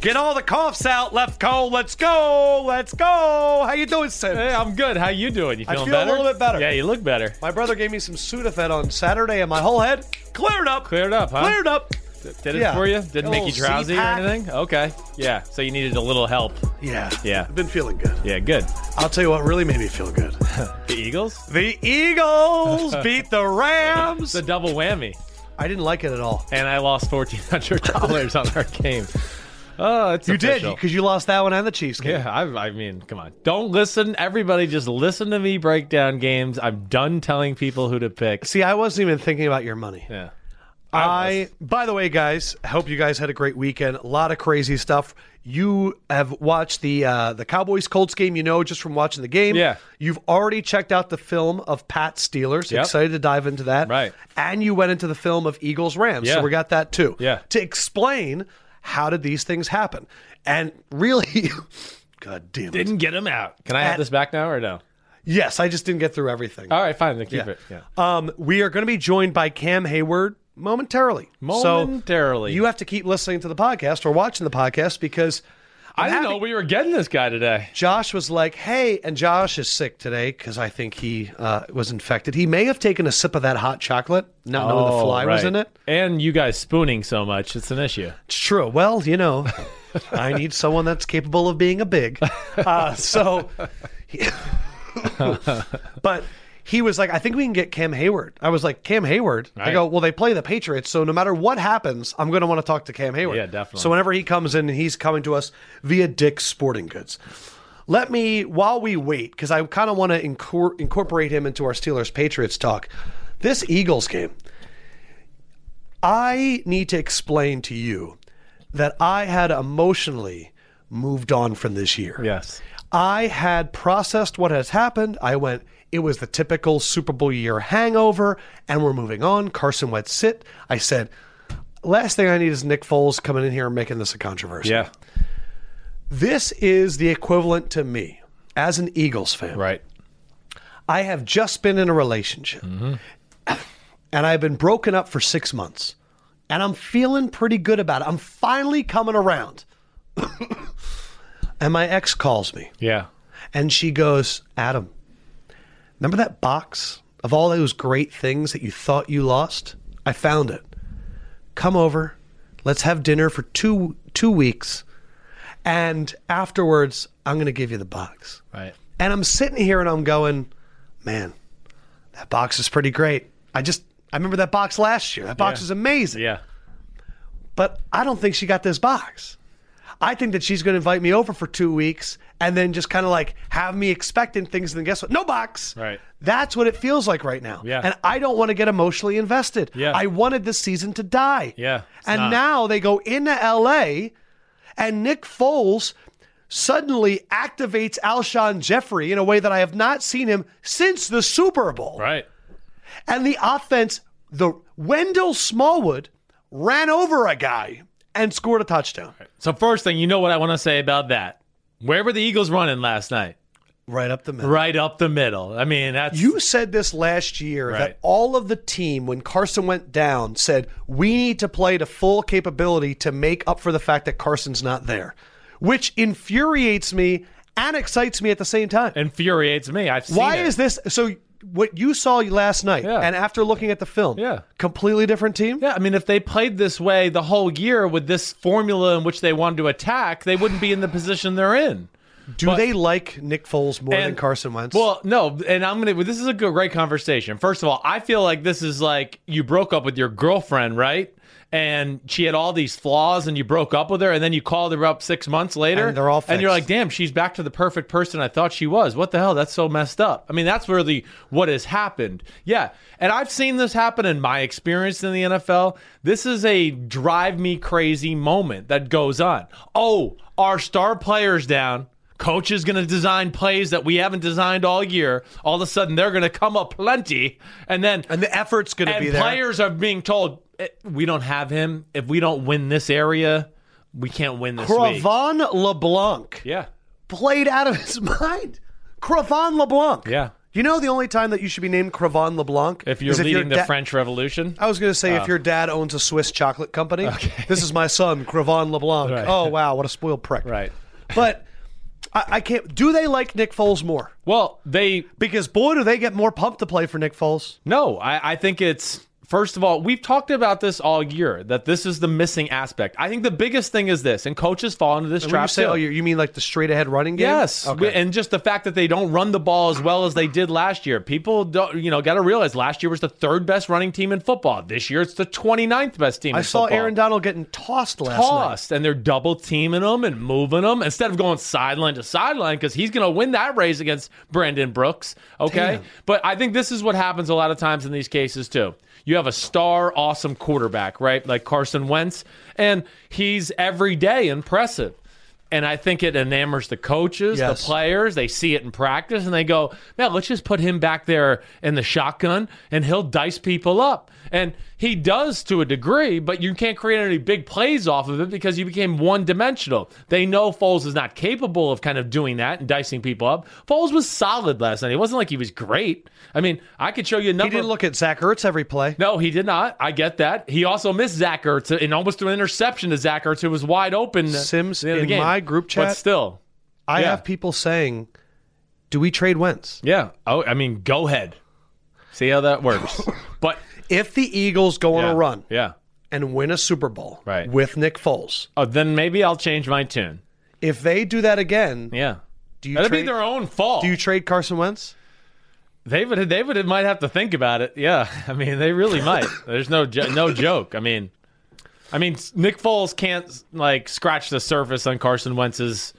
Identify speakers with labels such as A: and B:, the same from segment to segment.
A: Get all the coughs out, left cold. Let's go. Let's go. How you doing, Sim?
B: Hey, I'm good. How you doing? You
A: I
B: feeling
A: feel a
B: better?
A: little bit better.
B: Yeah, you look better.
A: My brother gave me some Sudafed on Saturday, and my whole head cleared up.
B: Cleared up, huh?
A: Cleared up.
B: Did it
A: yeah.
B: for you? Didn't
A: A
B: make you
A: little
B: drowsy or
A: Z-Pack.
B: anything? Okay. Yeah. So you needed a little help.
A: Yeah.
B: Yeah.
A: I've been feeling good.
B: Yeah, good.
A: I'll tell you what really made me feel good.
B: The Eagles?
A: The Eagles beat the Rams.
B: The double whammy.
A: I didn't like it at all.
B: And I lost fourteen hundred dollars on our game. Oh, it's
A: You did
B: official.
A: because you lost that one and the Chiefs game.
B: Yeah, I, I mean, come on. Don't listen. Everybody, just listen to me break down games. I'm done telling people who to pick.
A: See, I wasn't even thinking about your money.
B: Yeah.
A: I, by the way, guys, I hope you guys had a great weekend. A lot of crazy stuff. You have watched the uh, the Cowboys Colts game. You know just from watching the game.
B: Yeah.
A: You've already checked out the film of Pat Steelers.
B: Yep.
A: Excited to dive into that.
B: Right.
A: And you went into the film of Eagles Rams.
B: Yeah.
A: So we got that too.
B: Yeah.
A: To explain how did these things happen, and really, God damn it.
B: Didn't get him out. Can I have
A: At-
B: this back now or no?
A: yes, I just didn't get through everything.
B: All right, fine. Then keep
A: Yeah.
B: it. Yeah.
A: Um, we are going to be joined by Cam Hayward momentarily.
B: Momentarily.
A: So you have to keep listening to the podcast or watching the podcast because I'm
B: I didn't
A: happy-
B: know we were getting this guy today.
A: Josh was like, "Hey," and Josh is sick today because I think he uh, was infected. He may have taken a sip of that hot chocolate, not knowing the fly was in it.
B: Oh, And you guys spooning so much, it's an issue.
A: It's true. Well, you know, I need someone that's capable of being a big. Uh, so, but he was like, I think we can get Cam Hayward. I was like, Cam Hayward? I
B: Right.
A: go, well, they play the Patriots. So no matter what happens, I'm going to want to talk to Cam Hayward.
B: Yeah, definitely.
A: So whenever he comes in, he's coming to us via Dick's Sporting Goods. Let me, while we wait, because I kind of want to incor- incorporate him into our Steelers Patriots talk. This Eagles game, I need to explain to you that I had emotionally moved on from this year.
B: Yes.
A: I had processed what has happened. I went, it was the typical Super Bowl year hangover, and we're moving on. Carson Wentz sit. I said, last thing I need is Nick Foles coming in here and making this a controversy.
B: Yeah.
A: This is the equivalent to me as an Eagles fan.
B: Right.
A: I have just been in a relationship and I've been broken up for six months and I'm feeling pretty good about it. I'm finally coming around. and my ex calls me
B: Yeah.
A: and she goes, Adam, remember that box of all those great things that you thought you lost? I found it. Come over. Let's have dinner for two two weeks. And afterwards, I'm going to give you the box.
B: Right.
A: And I'm sitting here and I'm going, man, that box is pretty great. I just, I remember that box last year. That box
B: Yeah.
A: was amazing.
B: Yeah.
A: But I don't think she got this box. I think that she's going to invite me over for two weeks and then just kind of like have me expecting things and then guess what? No box.
B: Right.
A: That's what it feels like right now.
B: Yeah.
A: And I don't want to get emotionally invested.
B: Yeah.
A: I wanted this season to die.
B: Yeah, it's
A: And
B: not.
A: now they go into LA and Nick Foles suddenly activates Alshon Jeffrey in a way that I have not seen him since the Super Bowl.
B: Right.
A: And the offense, the Wendell Smallwood ran over a guy and scored a touchdown
B: So first thing, you know what I want to say about that. Where were the Eagles running last night?
A: right up the middle.
B: Right up the middle. I mean, that's
A: You said this last year
B: Right.
A: that all of the team, when Carson went down, said, We need to play to full capability to make up for the fact that Carson's not there, which infuriates me and excites me at the same time.
B: infuriates me. I've seen
A: Why
B: it.
A: is this? So, what you saw last night
B: Yeah.
A: and after looking at the film,
B: Yeah.
A: completely different team?
B: Yeah, I mean, if they played this way the whole year with this formula in which they wanted to attack, they wouldn't be in the position they're in.
A: Do they like Nick Foles more than
B: And-
A: Carson Wentz?
B: Well, no, and I'm gonna. This is a good, great conversation. First of all, I feel like this is like you broke up with your girlfriend, right? And she had all these flaws, and you broke up with her, and then you called her up six months later,
A: And they're all
B: and you're
A: fixed.
B: like, "Damn, she's back to the perfect person I thought she was." What the hell? That's so messed up. I mean, that's really what has happened. Yeah, and I've seen this happen in my experience in the NFL. This is a drive me crazy moment that goes on. Oh, our star players down. Coach is going to design plays that we haven't designed all year. All of a sudden, they're going to come up plenty, and then
A: And the effort's going to
B: and
A: be there.
B: players are being told "Eh, we don't have him. If we don't win this area, we can't win this week.
A: Cravon LeBlanc
B: Yeah,
A: played out of his mind. Cravon LeBlanc.
B: yeah.
A: You know the only time that you should be named Cravon LeBlanc?
B: If you're
A: is your
B: leading the
A: da- Oh.
B: French Oh. Revolution,
A: I was going to say if your dad owns a Swiss chocolate company. This is my son, Cravon LeBlanc.
B: Right.
A: Oh, wow. What a spoiled prick.
B: right?
A: But I, I can't. Do they like Nick Foles more?
B: Well, they
A: Because boy, do they get more pumped to play for Nick Foles.
B: No, I, I think it's first of all, we've talked about this all year that this is the missing aspect. I think the biggest thing is this, and coaches fall into this
A: When you
B: trap
A: say,
B: too.
A: oh, you, you mean like the straight ahead running game?
B: Yes,
A: Okay.
B: We- and just the fact that they don't run the ball as well as they did last year. People don't, you know, got to realize last year was the third best running team in football. This year it's the 29th best team.
A: I
B: in
A: saw
B: football.
A: Aaron Donald getting tossed last night.
B: tossed, and they're double teaming him and moving him instead of going sideline to sideline because he's going to win that race against Brandon Brooks. Okay, but I think this is what happens a lot of times in these cases too. You have a star, awesome quarterback, right? Like Carson Wentz, and he's every day impressive. And I think it enamors the coaches,
A: Yes.
B: the players. They see it in practice and they go, man, let's just put him back there in the shotgun and he'll dice people up. And he does to a degree, but you can't create any big plays off of it because you became one dimensional. They know Foles is not capable of kind of doing that and dicing people up. Foles was solid last night. It wasn't like he was great. I mean, I could show you a number.
A: He didn't look at Zach Ertz every play.
B: No, he did not. I get that. He also missed Zach Ertz and almost threw an interception to Zach Ertz, who was wide open. at
A: Sims,
B: the end of the
A: in
B: game.
A: my group
B: But
A: chat-
B: still,
A: I
B: yeah.
A: have people saying, do we trade Wentz?
B: yeah. Oh, I mean, go ahead. See how that works. but
A: If the Eagles go on
B: yeah.
A: a run
B: Yeah.
A: and win a Super Bowl
B: Right.
A: with Nick Foles,
B: Oh, then maybe I'll change my tune.
A: if they do that again,
B: Yeah.
A: do you
B: That'd
A: trade,
B: be their own fault.
A: do you trade Carson Wentz?
B: They would. They would. Might have to think about it. Yeah. I mean, they really might. There's no jo- no joke. I mean, I mean, s- Nick Foles can't like scratch the surface on Carson Wentz's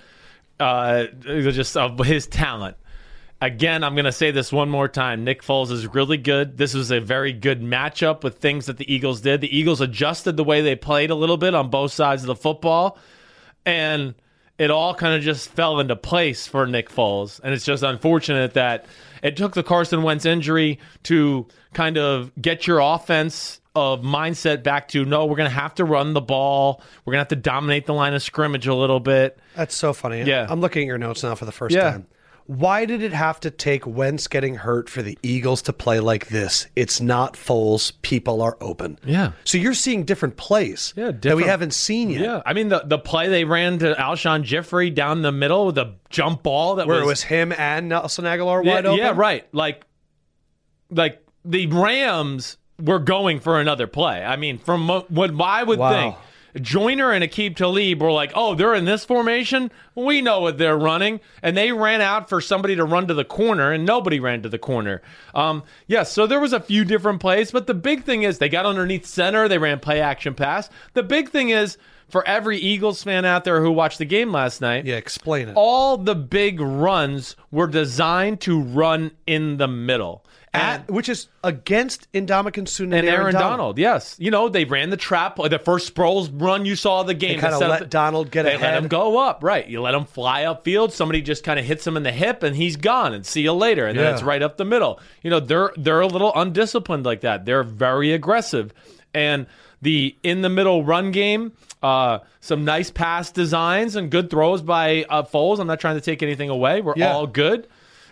B: uh, just of his talent. Again, I'm going to say this one more time. Nick Foles is really good. This was a very good matchup with things that the Eagles did. The Eagles adjusted the way they played a little bit on both sides of the football, and it all kind of just fell into place for Nick Foles. And it's just unfortunate that it took the Carson Wentz injury to kind of get your offense of mindset back to no, we're going to have to run the ball. We're going to have to dominate the line of scrimmage a little bit.
A: That's so funny.
B: Yeah.
A: I'm looking at your notes now for the first
B: Yeah.
A: time. Why did it have to take Wentz getting hurt for the Eagles to play like this? It's not Foles. People are open.
B: Yeah.
A: So you're seeing different plays
B: Yeah,
A: that we
B: different-
A: haven't seen yet.
B: Yeah, I mean the the play they ran to Alshon Jeffrey down the middle with a jump ball that
A: Where it was him and Nelson Aguilar
B: yeah,
A: wide open.
B: yeah, right. Like like the Rams were going for another play. I mean, from mo- what I would
A: Wow.
B: think. Joyner and Akib Talib were like, oh, they're in this formation. We know what they're running. And they ran out for somebody to run to the corner, and nobody ran to the corner. Um, yeah, so there was a few different plays, but the big thing is they got underneath center. They ran play action pass. The big thing is for every Eagles fan out there who watched the game last night,
A: Yeah, explain it.
B: all the big runs were designed to run in the middle.
A: At- which is against Indomitian Suna
B: and Aaron Donald. yes, you know they ran the trap. The first Sproles run you saw of the game.
A: kinda
B: They set up
A: let
B: the-
A: Donald get
B: They
A: ahead.
B: let him go up, right? You let him fly upfield. Somebody just kind of hits him in the hip, and he's gone. And see you later. And
A: Yeah.
B: then it's right up the middle. You know they're they're a little undisciplined like that. They're very aggressive, and the in the middle run game. Uh, some nice pass designs and good throws by uh, Foles. I'm not trying to take anything away. We're
A: Yeah.
B: all good.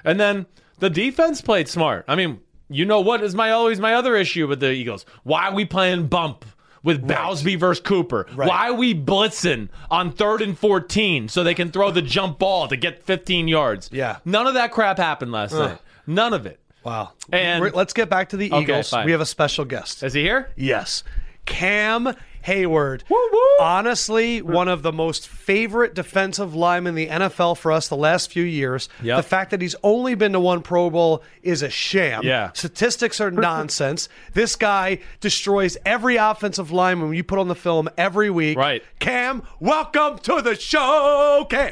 B: And then the defense played smart. I mean, you know what is my always my other issue with the Eagles? Why are we playing bump with Bowsby versus Cooper? Why are we blitzing on third and fourteen so they can throw the jump ball to get fifteen yards?
A: Yeah.
B: none of that crap happened last night. None of it.
A: Wow.
B: And-
A: We're- let's get back to the Eagles.
B: fine.
A: we have a special guest.
B: Is he here?
A: Yes. Cam Hayward.
B: woo.
A: Honestly, one of the most favorite defensive linemen in the NFL for us the last few years.
B: Yep.
A: The fact that he's only been to one Pro Bowl is a sham.
B: Yeah.
A: Statistics are nonsense. this guy destroys every offensive lineman you put on the film every week.
B: Right.
A: Cam, welcome to the show, Cam.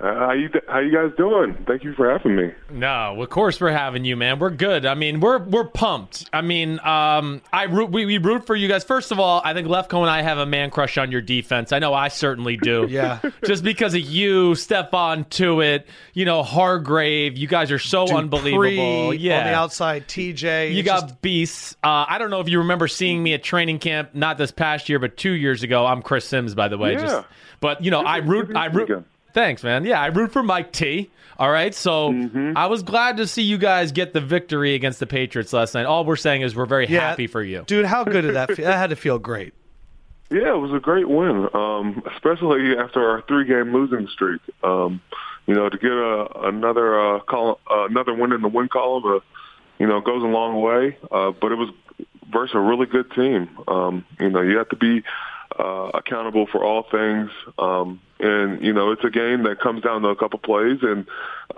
C: Uh, how you How you guys doing? Thank you for having me.
B: No, of course we're having you, man. We're good. I mean, we're we're pumped. I mean, um, I root, we, we root for you guys. First of all, I think Lefko and I have a man crush on your defense. I know I certainly do.
A: Yeah.
B: just because of you, Stefan Tuitt, you know Hargrave. You guys are so unbelievable.
A: Dupree
B: yeah,
A: On the outside, TJ.
B: You
A: it's
B: got
A: just-
B: beasts. Uh, I don't know if you remember seeing me at training camp, not this past year, but two years ago. I'm Chris Sims, by the way.
C: Yeah.
B: Just, but you know, I root.
C: good
B: I root.
C: weekend.
B: Thanks, man. Yeah, I root for Mike T. All right, so I was glad to see you guys get the victory against the Patriots last night. All we're saying is we're very
A: yeah.
B: happy for you.
A: Dude, how good did that feel? That had to feel great.
C: Yeah, it was a great win, um, especially after our three-game losing streak. Um, you know, to get a, another uh, col uh, another win in the win column, uh, you know, goes a long way. Uh, but it was versus a really good team. Um, you know, you have to be uh, accountable for all things, um, and you know, it's a game that comes down to a couple plays, and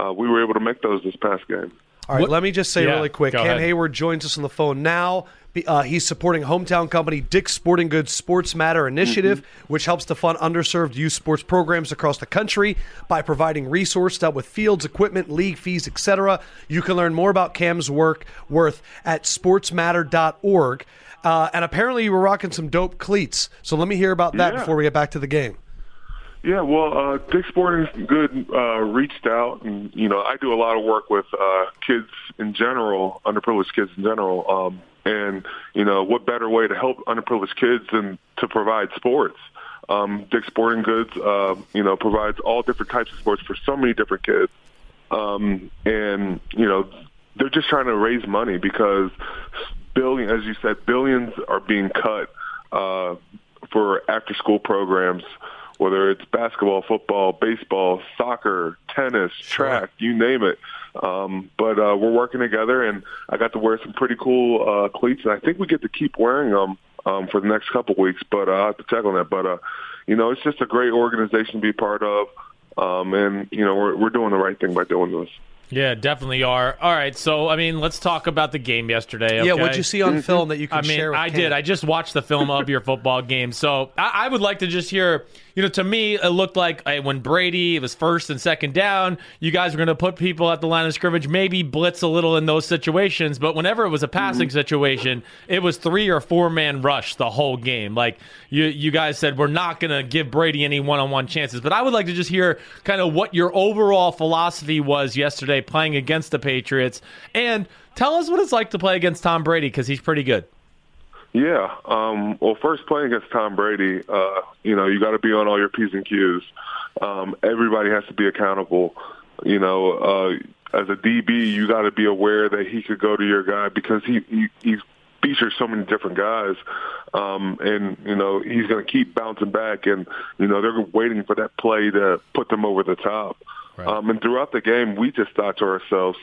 C: uh, we were able to make those this past game.
A: All right,
B: What-
A: let me just say
B: Yeah,
A: really quick.
B: go
A: Cam
B: ahead.
A: Hayward joins us on the phone now. Be- Uh, he's supporting hometown company Dick's Sporting Goods Sports Matter Initiative,
B: Mm-hmm.
A: which helps to fund underserved youth sports programs across the country by providing resources out with fields, equipment, league fees, etc. You can learn more about Cam's work worth at sportsmatter.org. Uh, and apparently, you were rocking some dope cleats. So let me hear about that
C: Yeah.
A: before we get back to the game.
C: Yeah, well, uh, Dick Sporting Good uh, reached out, and you know, I do a lot of work with uh, kids in general, underprivileged kids in general, um, and you know, what better way to help underprivileged kids than to provide sports? Um, Dick Sporting Goods, uh, you know, provides all different types of sports for so many different kids um, and you know they're just trying to raise money because billion, as you said, billions are being cut uh, for after-school programs, whether it's basketball, football, baseball, soccer, tennis, track, you name it. Um, but uh, we're working together, and I got to wear some pretty cool uh, cleats, and I think we get to keep wearing them um, for the next couple weeks. But uh, I will have to check on that. But uh, you know, it's just a great organization to be part of. Um, and you know we're we're doing the right thing by doing this.
B: Yeah, definitely are. All right, so I mean, let's talk about the game yesterday.
A: Yeah,
B: okay?
A: what'd you see on film that you can
B: I mean,
A: share with
B: I
A: Cam?
B: did. I just watched the film of your football game. So I, I would like to just hear, you know, to me, it looked like uh, when Brady it was first and second down, you guys were going to put people at the line of scrimmage, maybe blitz a little in those situations. But whenever it was a
A: Mm-hmm.
B: passing situation, it was three or four man rush the whole game. Like you, you guys said, we're not going to give Brady any one on one chances. But I would like to just hear kind of what your overall philosophy was yesterday playing against the Patriots and. Tell us what it's like to play against Tom Brady because he's pretty good.
C: Yeah. Um, well, first playing against Tom Brady, uh, you know, you got to be on all your p's and q's. Um, everybody has to be accountable. You know, uh, as a DB, you got to be aware that he could go to your guy because he he, he features so many different guys, um, and you know he's going to keep bouncing back, and you know they're waiting for that play to put them over the top. Um, and throughout the game, we just thought to ourselves,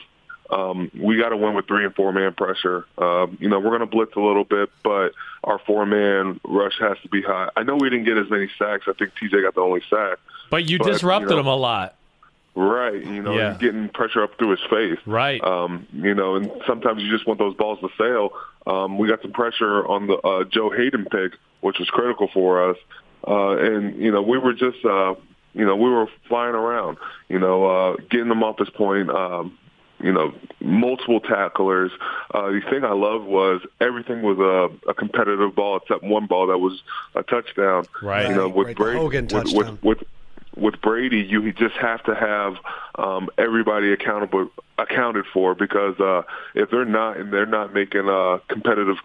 C: um, we got to win with three and four man pressure. Um, you know, we're going to blitz a little bit, but our four man rush has to be high. I know we didn't get as many sacks. I think TJ got the only sack.
B: But you
C: But, you
B: disrupted
C: know-
B: him a lot.
C: Right. You know,
B: Yeah.
C: he's getting pressure up through his face.
B: Right.
C: Um, you know, and sometimes you just want those balls to sail. Um, we got some pressure on the uh, Joe Hayden pick, which was critical for us. Uh, and, you know, we were just, uh, you know, we were flying around, you know, uh, getting them off his point. Um, you know, multiple tacklers. Uh, the thing I loved was everything was a, a competitive ball except one ball that was a touchdown.
B: Right.
C: You know,
A: Right,
C: with
A: right, the
C: Brady,
A: Hogan
C: with- with-
A: touchdown.
C: with with Brady, you just have to have um, everybody accountable accounted for because uh, if they're not and they're not making uh, competitive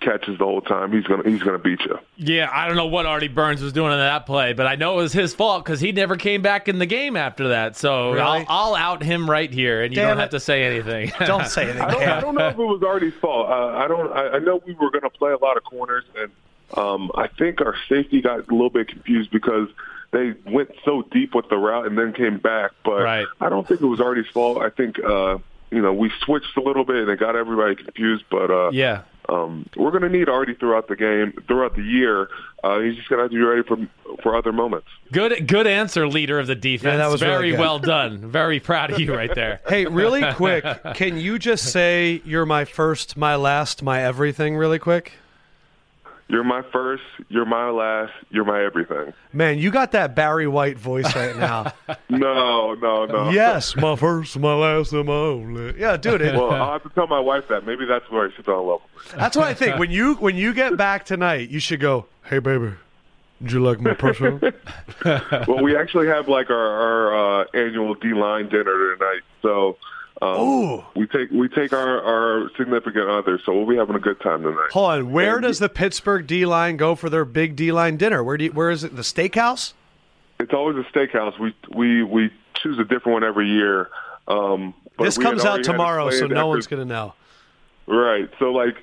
C: catches the whole time, he's gonna he's gonna beat you.
B: Yeah, I don't know what Artie Burns was doing in that play, but I know it was his fault because he never came back in the game after that. So
A: Really?
B: I'll, I'll out him right here, and you
A: Damn
B: don't
A: it.
B: have to say anything.
A: Don't say anything,
C: I don't, I
A: Cam.
C: don't know if it was Artie's fault. Uh, I don't. I, I know we were going to play a lot of corners, and um, I think our safety got a little bit confused because they went so deep with the route and then came back. But
B: Right.
C: I don't think it was Artie's fault. I think uh, you know we switched a little bit and it got everybody confused. But uh,
B: yeah.
C: um, we're going to need Artie throughout the game, throughout the year. Uh, he's just going to have to be ready for for other moments.
B: Good good answer, leader of the defense.
A: Yeah, that was really
B: Very
A: good.
B: well done. Very proud of you right there.
A: Hey, really quick, can you just say you're my first, my last, my everything really quick?
C: You're my first. You're my last. You're my everything.
A: Man, you got that Barry White voice right now.
C: No, no, no.
A: yes, my first, my last, and my only. Yeah, dude. It,
C: Well, I'll have to tell my wife that. Maybe that's where she fell in love.
A: That's what I think. When you when you get back tonight, you should go. Hey, baby, did you like my personal?
C: well, we actually have like our, our uh, annual D line dinner tonight, so um,
A: Ooh,
C: we take we take our, our significant other. So we'll be having a good time tonight.
A: hold on. Where does the Pittsburgh D line go for their big D line dinner? Where do you, where is it? The steakhouse?
C: It's always a steakhouse. We we we choose a different one every year. Um, but
A: This
C: we had
A: comes out
C: already had it
A: tomorrow, so
C: planned
A: no
C: after-
A: one's gonna know.
C: Right. So like,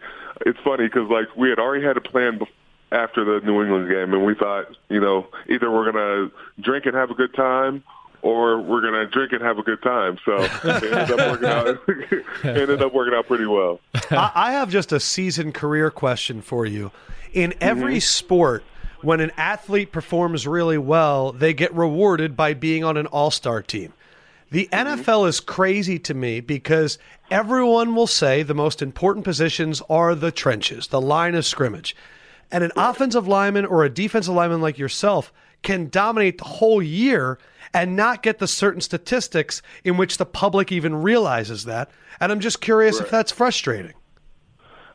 C: it's funny because like we had already had a plan bef- after the New England game, and we thought, you know, either we're gonna drink and have a good time. Or we're gonna drink and have a good time. So it ended up working out. it ended up working out pretty well.
A: I, I have just a season career question for you. In every sport, when an athlete performs really well, they get rewarded by being on an all star team. The NFL is crazy to me because everyone will say the most important positions are the trenches, the line of scrimmage. And an offensive lineman or a defensive lineman like yourself can dominate the whole year and not get the certain statistics in which the public even realizes that. And I'm just curious if
C: Right.
A: that's frustrating.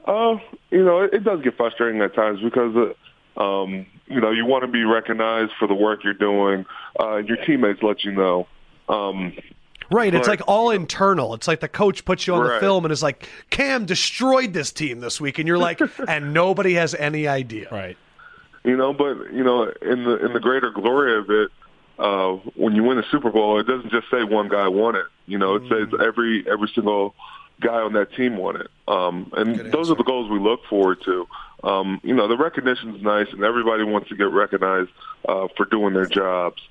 C: Uh, you know, it, it does get frustrating at times because, uh, um, you know, you want to be recognized for the work you're doing. Uh, your teammates let you know. Um,
A: Right, it's
C: Right.
A: like all internal. It's like the coach puts you on the
C: Right.
A: film and is like, "Cam destroyed this team this week," and you're like, and nobody has any idea.
B: Right.
C: you know, but you know, in the in the greater glory of it, uh, when you win a Super Bowl, it doesn't just say one guy won it. You know, it says every every single guy on that team won it. Um, and those are the goals we look forward to. Um, you know, the recognition's nice, and everybody wants to get recognized uh, for doing their jobs.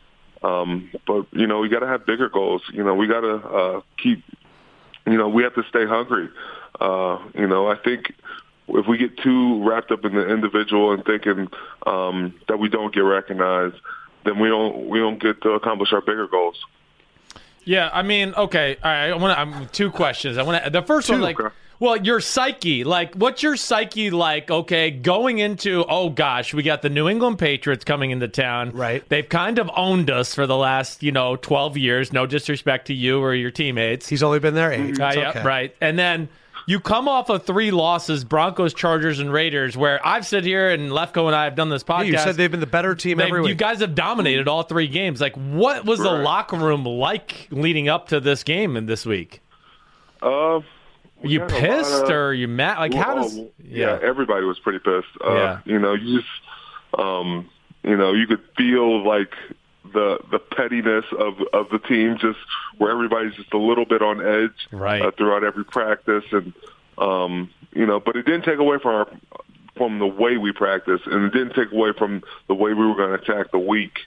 C: Um, but you know, we got to have bigger goals. You know, we got to uh, keep you know, we have to stay hungry. Uh, you know, I think if we get too wrapped up in the individual and thinking um, that we don't get recognized, then we don't we don't get to accomplish our bigger goals.
B: Yeah, I mean, okay. All right, I want to. I'm two questions. I want to. The first one,
C: Two,
B: like,
C: okay.
B: well, your psyche, like, what's your psyche like? Okay, going into, oh gosh, we got the New England Patriots coming into town.
A: Right.
B: They've kind of owned us for the last, you know, 12 years. No disrespect to you or your teammates.
A: He's only been there eight.
B: Uh,
A: It's
B: yeah,
A: okay.
B: right. And then you come off of three losses: Broncos, Chargers, and Raiders. Where I've sit here and Lefko and I have done this podcast.
A: You said they've been the better team
B: They-
A: every
B: you
A: week.
B: guys have dominated all three games. Like, what was the
C: Right.
B: locker room like leading up to this game and this week?
C: Uh,
B: Were you
C: had a lot
B: pissed
C: of-
B: or you mad? Like, how
C: Well,
B: does?
C: oh,
B: Yeah,
C: yeah, everybody was pretty pissed. Uh,
B: Yeah.
C: You know, you just, um, you know, you could feel like the the pettiness of of the team, just where everybody's just a little bit on edge
B: Right.
C: uh, throughout every practice, and um, you know, but it didn't take away from our from the way we practiced, and it didn't take away from the way we were going to attack the week,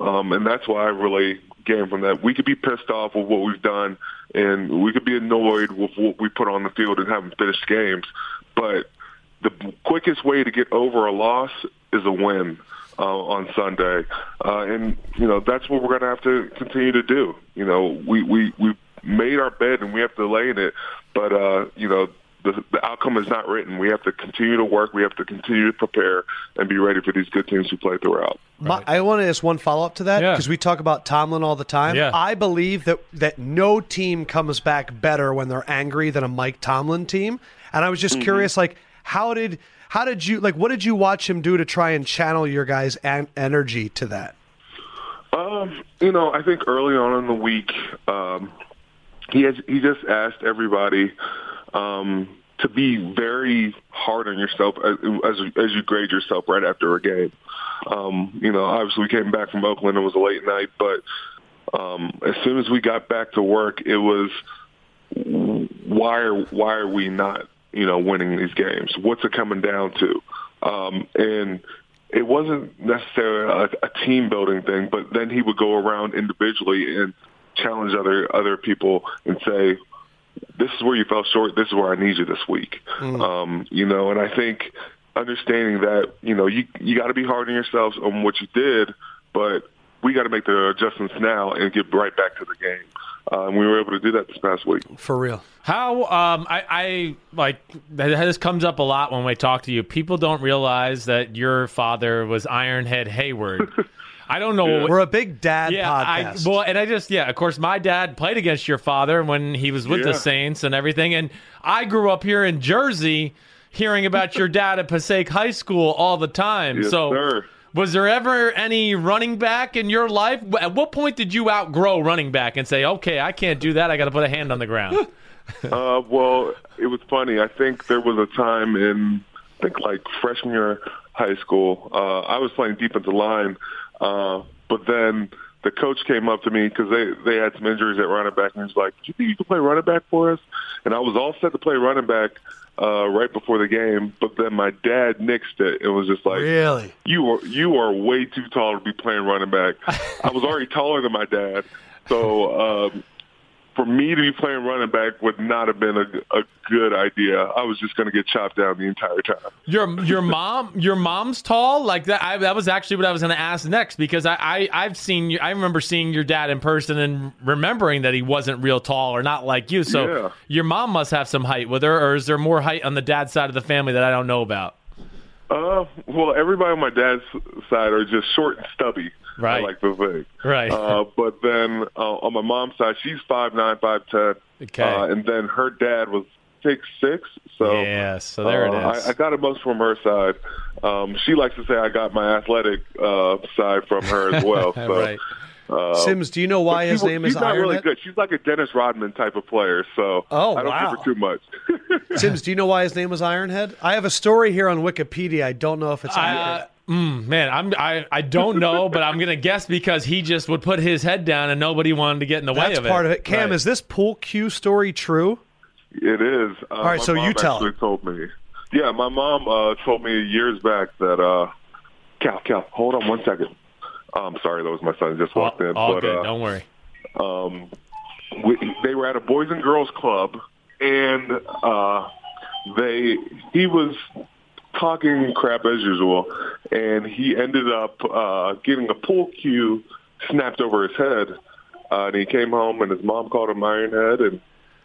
C: um, and that's why I really gained from that. We could be pissed off with what we've done, and we could be annoyed with what we put on the field and haven't finished games, but the quickest way to get over a loss is a win uh, on Sunday, uh, and you know that's what we're going to have to continue to do. You know, we we we made our bed and we have to lay in it, but uh, you know the the outcome is not written. We have to continue to work. We have to continue to prepare and be ready for these good teams we play throughout.
A: My, I want to ask one follow up to that
B: Yeah.
A: because we talk about Tomlin all the time.
B: Yeah.
A: I believe that that no team comes back better when they're angry than a Mike Tomlin team. And I was just curious, like, how did how did you like what did you watch him do to try and channel your guys' an- energy to that?
C: Um, you know, I think early on in the week, um, he has, he just asked everybody um, to be very hard on yourself as as as you grade yourself right after a game. Um, you know, obviously we came back from Oakland; it was a late night, but um, as soon as we got back to work, it was why are why are we not you know winning these games? What's it coming down to? Um, and it wasn't necessarily a, a team building thing, but then he would go around individually and challenge other other people and say, "This is where you fell short. This is where I need you this week." Um, you know, and I think understanding that you know you you got to be hard on yourselves on what you did, but we got to make the adjustments now and get right back to the game. Uh, and we were able to do that this past week.
A: For real.
B: How um, I, I like th- this comes up a lot when we talk to you. People don't realize that your father was Ironhead Hayward. I don't know. what-
A: We're a big dad
B: yeah, I,
A: podcast.
B: well, and I just yeah, of course, my dad played against your father when he was with the
C: Yeah.
B: Saints and everything, and I grew up here in Jersey, hearing about your dad at Passaic High School all the time.
C: Yes,
B: so,
C: sir.
B: was there ever any running back in your life? Wh- At what point did you outgrow running back and say, "Okay, I can't do that. I got to put a hand on the ground"?
C: Uh, well, it was funny. I think there was a time in, I think like freshman year high school, uh, I was playing defensive line, uh, but then the coach came up to me because they they had some injuries at running back, and he was like, "Do you think you can play running back for us?" And I was all set to play running back uh, right before the game, but then my dad nixed it and was just like,
A: really?
C: you are you are way too tall to be playing running back. I was already taller than my dad, so um, for me to be playing running back would not have been a, a good idea. I was just going to get chopped down the entire time.
B: Your your mom your mom's tall like that. I, that was actually what I was going to ask next because I, I I've seen you. I remember seeing your dad in person and remembering that he wasn't real tall or not like you. So
C: Yeah.
B: your mom must have some height with her, or is there more height on the dad side of the family that I don't know about?
C: Uh, well, everybody on my dad's side are just short and stubby.
B: Right.
C: I like the thing.
B: Right.
C: Uh, but then uh, on my mom's side, she's five nine, five ten.
B: Okay.
C: Uh, and then her dad was six six. So
B: yeah. So there
C: Uh,
B: it is.
C: I, I got it most from her side. Um, she likes to say I got my athletic uh, side from her as well. So,
B: right.
C: uh,
A: Sims, do you know why
C: she-
A: his name
C: she's
A: is
C: not really
A: Ironhead?
C: good. She's like a Dennis Rodman type of player. So
A: Oh,
C: I don't
A: wow.
C: give her too much.
A: Sims, do you know why his name was Ironhead? I have a story here on Wikipedia. I don't know if it's
B: Uh,
A: accurate.
B: mm, man, I'm I, I don't know, but I'm gonna guess because he just would put his head down and nobody wanted to get in the way
A: That's
B: of it.
A: part of it. Cam,
B: Right.
A: is this pool cue story true?
C: It is. Uh, All
A: right, so you tell
C: Actually
A: her.
C: told me. Yeah, my mom uh, told me years back that. Uh, Cal, Cal, hold on one second. I'm sorry, that was my son just
B: all,
C: walked in.
B: all
C: but,
B: good.
C: uh,
B: don't worry.
C: um, we, they were at a boys and girls club, and uh, they he was talking crap as usual, and he ended up uh, getting a pool cue snapped over his head, uh, and he came home, and his mom called him Ironhead, and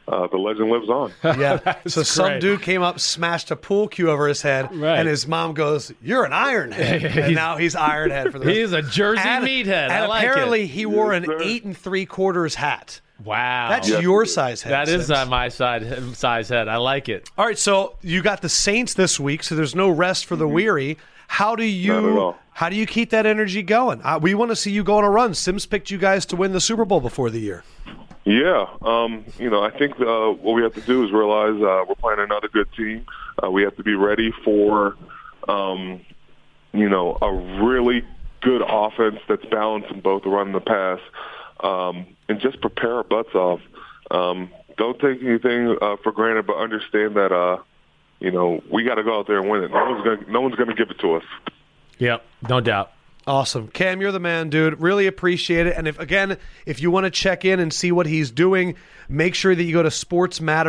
C: uh, the legend lives on.
A: Yeah. so some
B: great.
A: dude came up, smashed a pool cue over his head,
B: Right.
A: and his mom goes, "You're an Ironhead," and now he's Ironhead for the rest.
B: He is a Jersey
A: and,
B: meathead.
A: And
B: I like it.
A: apparently, he wore an
C: sir.
A: eight and three quarters hat.
B: Wow.
A: That's
C: Yes,
A: your
C: it is.
A: size head.
B: That is uh,
A: Sims.
B: on my side size head. I like it.
A: All right, so you got the Saints this week, so there's no rest for the weary. How do
C: Mm-hmm. Not at
A: you
C: all.
A: how do you keep that energy going? Uh, we want to see you go on a run. Sims picked you guys to win the Super Bowl before the year.
C: Yeah, um, you know, I think uh, what we have to do is realize uh, we're playing another good team. Uh, we have to be ready for, um, you know, a really good offense that's balancing both the run and the pass, um, and just prepare our butts off. Um, don't take anything uh, for granted, but understand that, uh, you know, we got to go out there and win it. No one's gonna, no one's gonna give it to us.
B: Yep, no doubt.
A: Awesome. Cam, you're the man, dude. Really appreciate it. And if again, if you want to check in and see what he's doing, make sure that you go to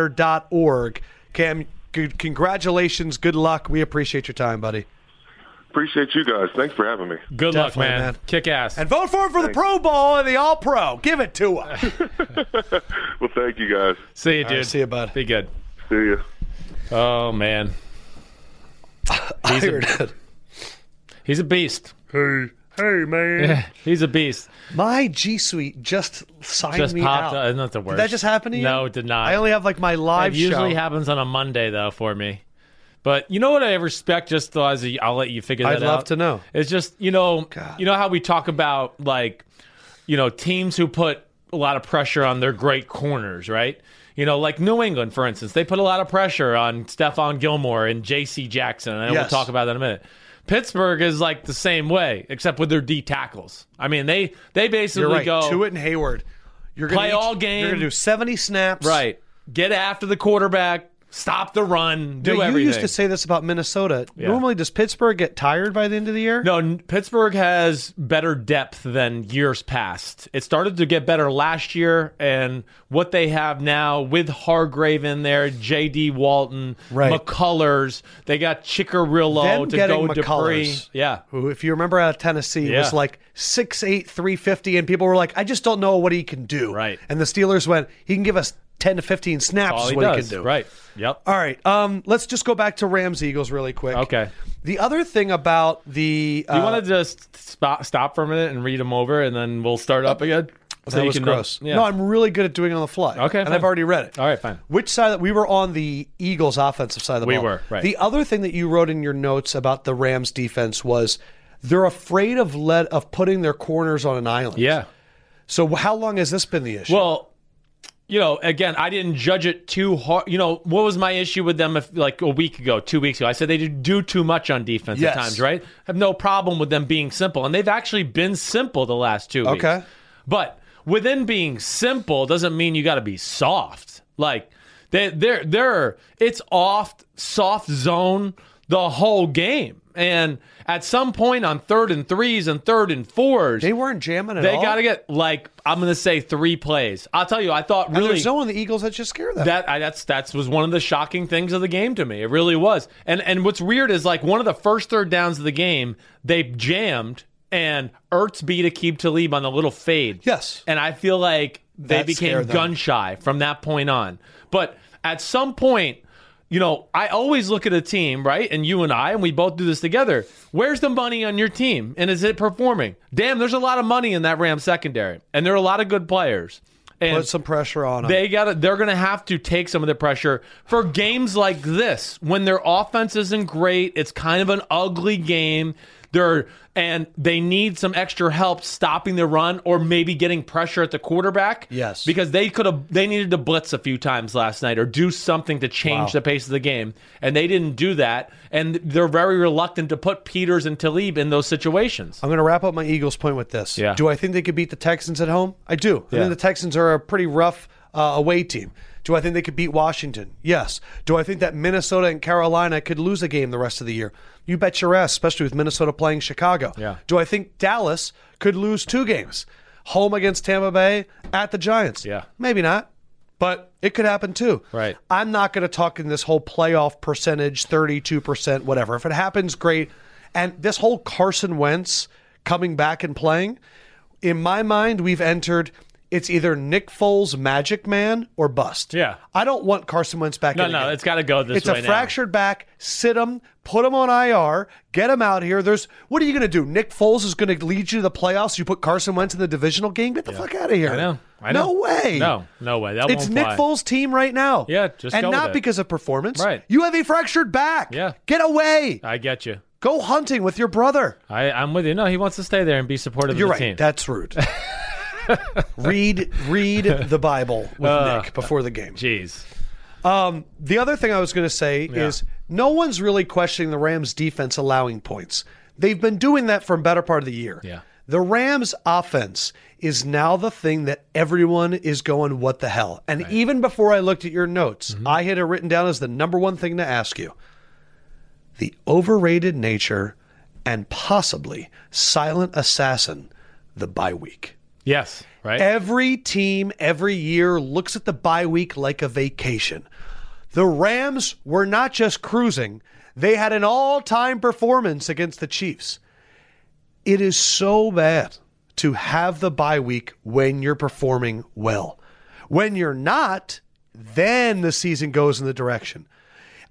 A: sportsmatter.org. Cam, good, congratulations. Good luck. We appreciate your time, buddy.
C: Appreciate you guys. Thanks for having me.
B: Good
A: Definitely,
B: luck, man.
A: man.
B: Kick ass.
A: And vote for him for the Pro Bowl and the All Pro. Give it to him.
C: Well, thank you guys.
B: see you, dude.
A: see you, bud.
B: Be good.
C: See you.
B: Oh man,
A: I heard it.
B: he's a beast.
A: Hey, hey, man.
B: He's a beast.
A: My G Suite just signed
B: Just
A: me
B: popped.
A: out.
B: Up. Not the worst.
A: Did that just happen to you?
B: No, it did not.
A: I only have like my
B: it
A: live
B: usually
A: show.
B: happens on a Monday though for me. But you know what I respect? Just though, as a, I'll let you figure that out.
A: I'd love to know.
B: It's just you know, you know how we talk about like, you know, teams who put a lot of pressure on their great corners, right? You know, like New England, for instance, they put a lot of pressure on Stephon Gilmore and J.C. Jackson. And I know
A: Yes.
B: we'll talk about that in a minute. Pittsburgh is like the same way, except with their D tackles. I mean, they they basically
A: You're right.
B: go
A: Hewitt and Hayward. You're gonna
B: Play
A: each-
B: all game.
A: You're gonna do 70 snaps.
B: Right. Get after the quarterback, stop the run, do
A: you
B: everything.
A: used to say this about Minnesota.
B: Yeah.
A: Normally, does Pittsburgh get tired by the end of the year?
B: No, n- Pittsburgh has better depth than years past. It started to get better last year, and what they have now with Hargrave in there, J.D. Walton,
A: Right.
B: McCullers, they got Chicarillo
A: Them
B: to
A: getting
B: go Dupree.
A: McCullers.
B: Yeah,
A: Who, if you remember, out of Tennessee,
B: Yeah.
A: was like 6'8", 350, and people were like, "I just don't know what he can do."
B: Right.
A: And the Steelers went, "He can give us ten to fifteen snaps.
B: all
A: is
B: he
A: what
B: does.
A: he can do."
B: Right. Yep.
A: All right. Um, let's just go back to Rams Eagles really quick.
B: Okay.
A: The other thing about the uh,
B: you want to just stop, stop for a minute and read them over, and then we'll start up again. So
A: that
B: you
A: was
B: can-
A: gross.
B: Yeah.
A: No, I'm really good at doing it on the fly.
B: Okay,
A: And
B: fine.
A: I've already read it.
B: All right, fine.
A: Which side that we were on the Eagles offensive side of the
B: We
A: ball.
B: were, right.
A: The other thing that you wrote in your notes about the Rams defense was they're afraid of let of putting their corners on an island.
B: yeah.
A: So how long has this been the issue?
B: Well, you know, again, I didn't judge it too hard. You know, what was my issue with them if, like a week ago, two weeks ago? I said they did do too much on defense
A: Yes.
B: at times, right? I have no problem with them being simple. And they've actually been simple the last two weeks.
A: Okay.
B: But within being simple doesn't mean you got to be soft. Like they they're they're it's off soft zone the whole game. And at some point on third and threes and third and fours,
A: they weren't jamming at
B: they
A: all.
B: got to get like I'm going to say three plays. I'll tell you, I thought
A: And
B: really
A: There's no one in the Eagles that should scare them.
B: that I, that's that's was one of the shocking things of the game to me. It really was. And and what's weird is like one of the first third downs of the game, they jammed and Ertz beat Akib Talib on the little fade.
A: Yes.
B: and I feel like they
A: That
B: became
A: scared them.
B: gun shy from that point on. But at some point. You know, I always look at a team, right? And you and I, and we both do this together. Where's the money on your team? And is it performing? Damn, there's a lot of money in that Ram secondary. And there are a lot of good players. And
A: Put some pressure on them.
B: they got. They're going to have to take some of the pressure for games like this when their offense isn't great. It's kind of an ugly game. They're and they need some extra help stopping the run or maybe getting pressure at the quarterback.
A: Yes.
B: because they could have. They needed to blitz a few times last night or do something to change
A: Wow.
B: the pace of the game, and they didn't do that. And they're very reluctant to put Peters and Talib in those situations.
A: I'm going to wrap up my Eagles point with this.
B: Yeah.
A: Do I think they could beat the Texans at home? I do. I
B: Yeah.
A: think the Texans are a pretty rough uh, away team. Do I think they could beat Washington? Yes. Do I think that Minnesota and Carolina could lose a game the rest of the year? You bet your ass, especially with Minnesota playing Chicago.
B: Yeah.
A: Do I think Dallas could lose two games? Home against Tampa Bay at the Giants?
B: Yeah.
A: Maybe not. But it could happen too.
B: Right.
A: I'm not going to talk in this whole playoff percentage, 32%, whatever. If it happens, great. And this whole Carson Wentz coming back and playing, in my mind, we've entered it's either Nick Foles, Magic Man, or bust.
B: Yeah.
A: I don't want Carson Wentz back
B: No,
A: in
B: no,
A: again.
B: it's got to go this
A: It's
B: way.
A: a
B: now.
A: fractured back. Sit him, put him on IR, get him out here. There's what are you going to do? Nick Foles is going to lead you to the playoffs. You put Carson Wentz in the divisional game. Get the fuck out of here.
B: I know. I know.
A: No way.
B: No, no way. That
A: It's
B: won't
A: Nick
B: fly.
A: Foles' team right now.
B: Yeah, just
A: and
B: go with
A: not
B: it.
A: because of performance.
B: Right.
A: You have a fractured back.
B: Yeah.
A: Get away.
B: I get you.
A: Go hunting with your brother.
B: I, I'm with you. No, he wants to stay there and be supportive
A: You're
B: of
A: right.
B: the team.
A: That's rude. read read the Bible with
B: Uh,
A: Nick before the game.
B: Jeez.
A: Um, the other thing I was going to say is no one's really questioning the Rams' defense allowing points. They've been doing that for a better part of the year.
B: Yeah.
A: The Rams' offense is now the thing that everyone is going, what the hell? And even before I looked at your notes, I had it written down as the number one thing to ask you the overrated nature and possibly silent assassin, the bye week.
B: Yes. Right.
A: Every team every year looks at the bye week like a vacation. The Rams were not just cruising, they had an all time performance against the Chiefs. It is so bad to have the bye week when you're performing well. When you're not, then the season goes in the direction.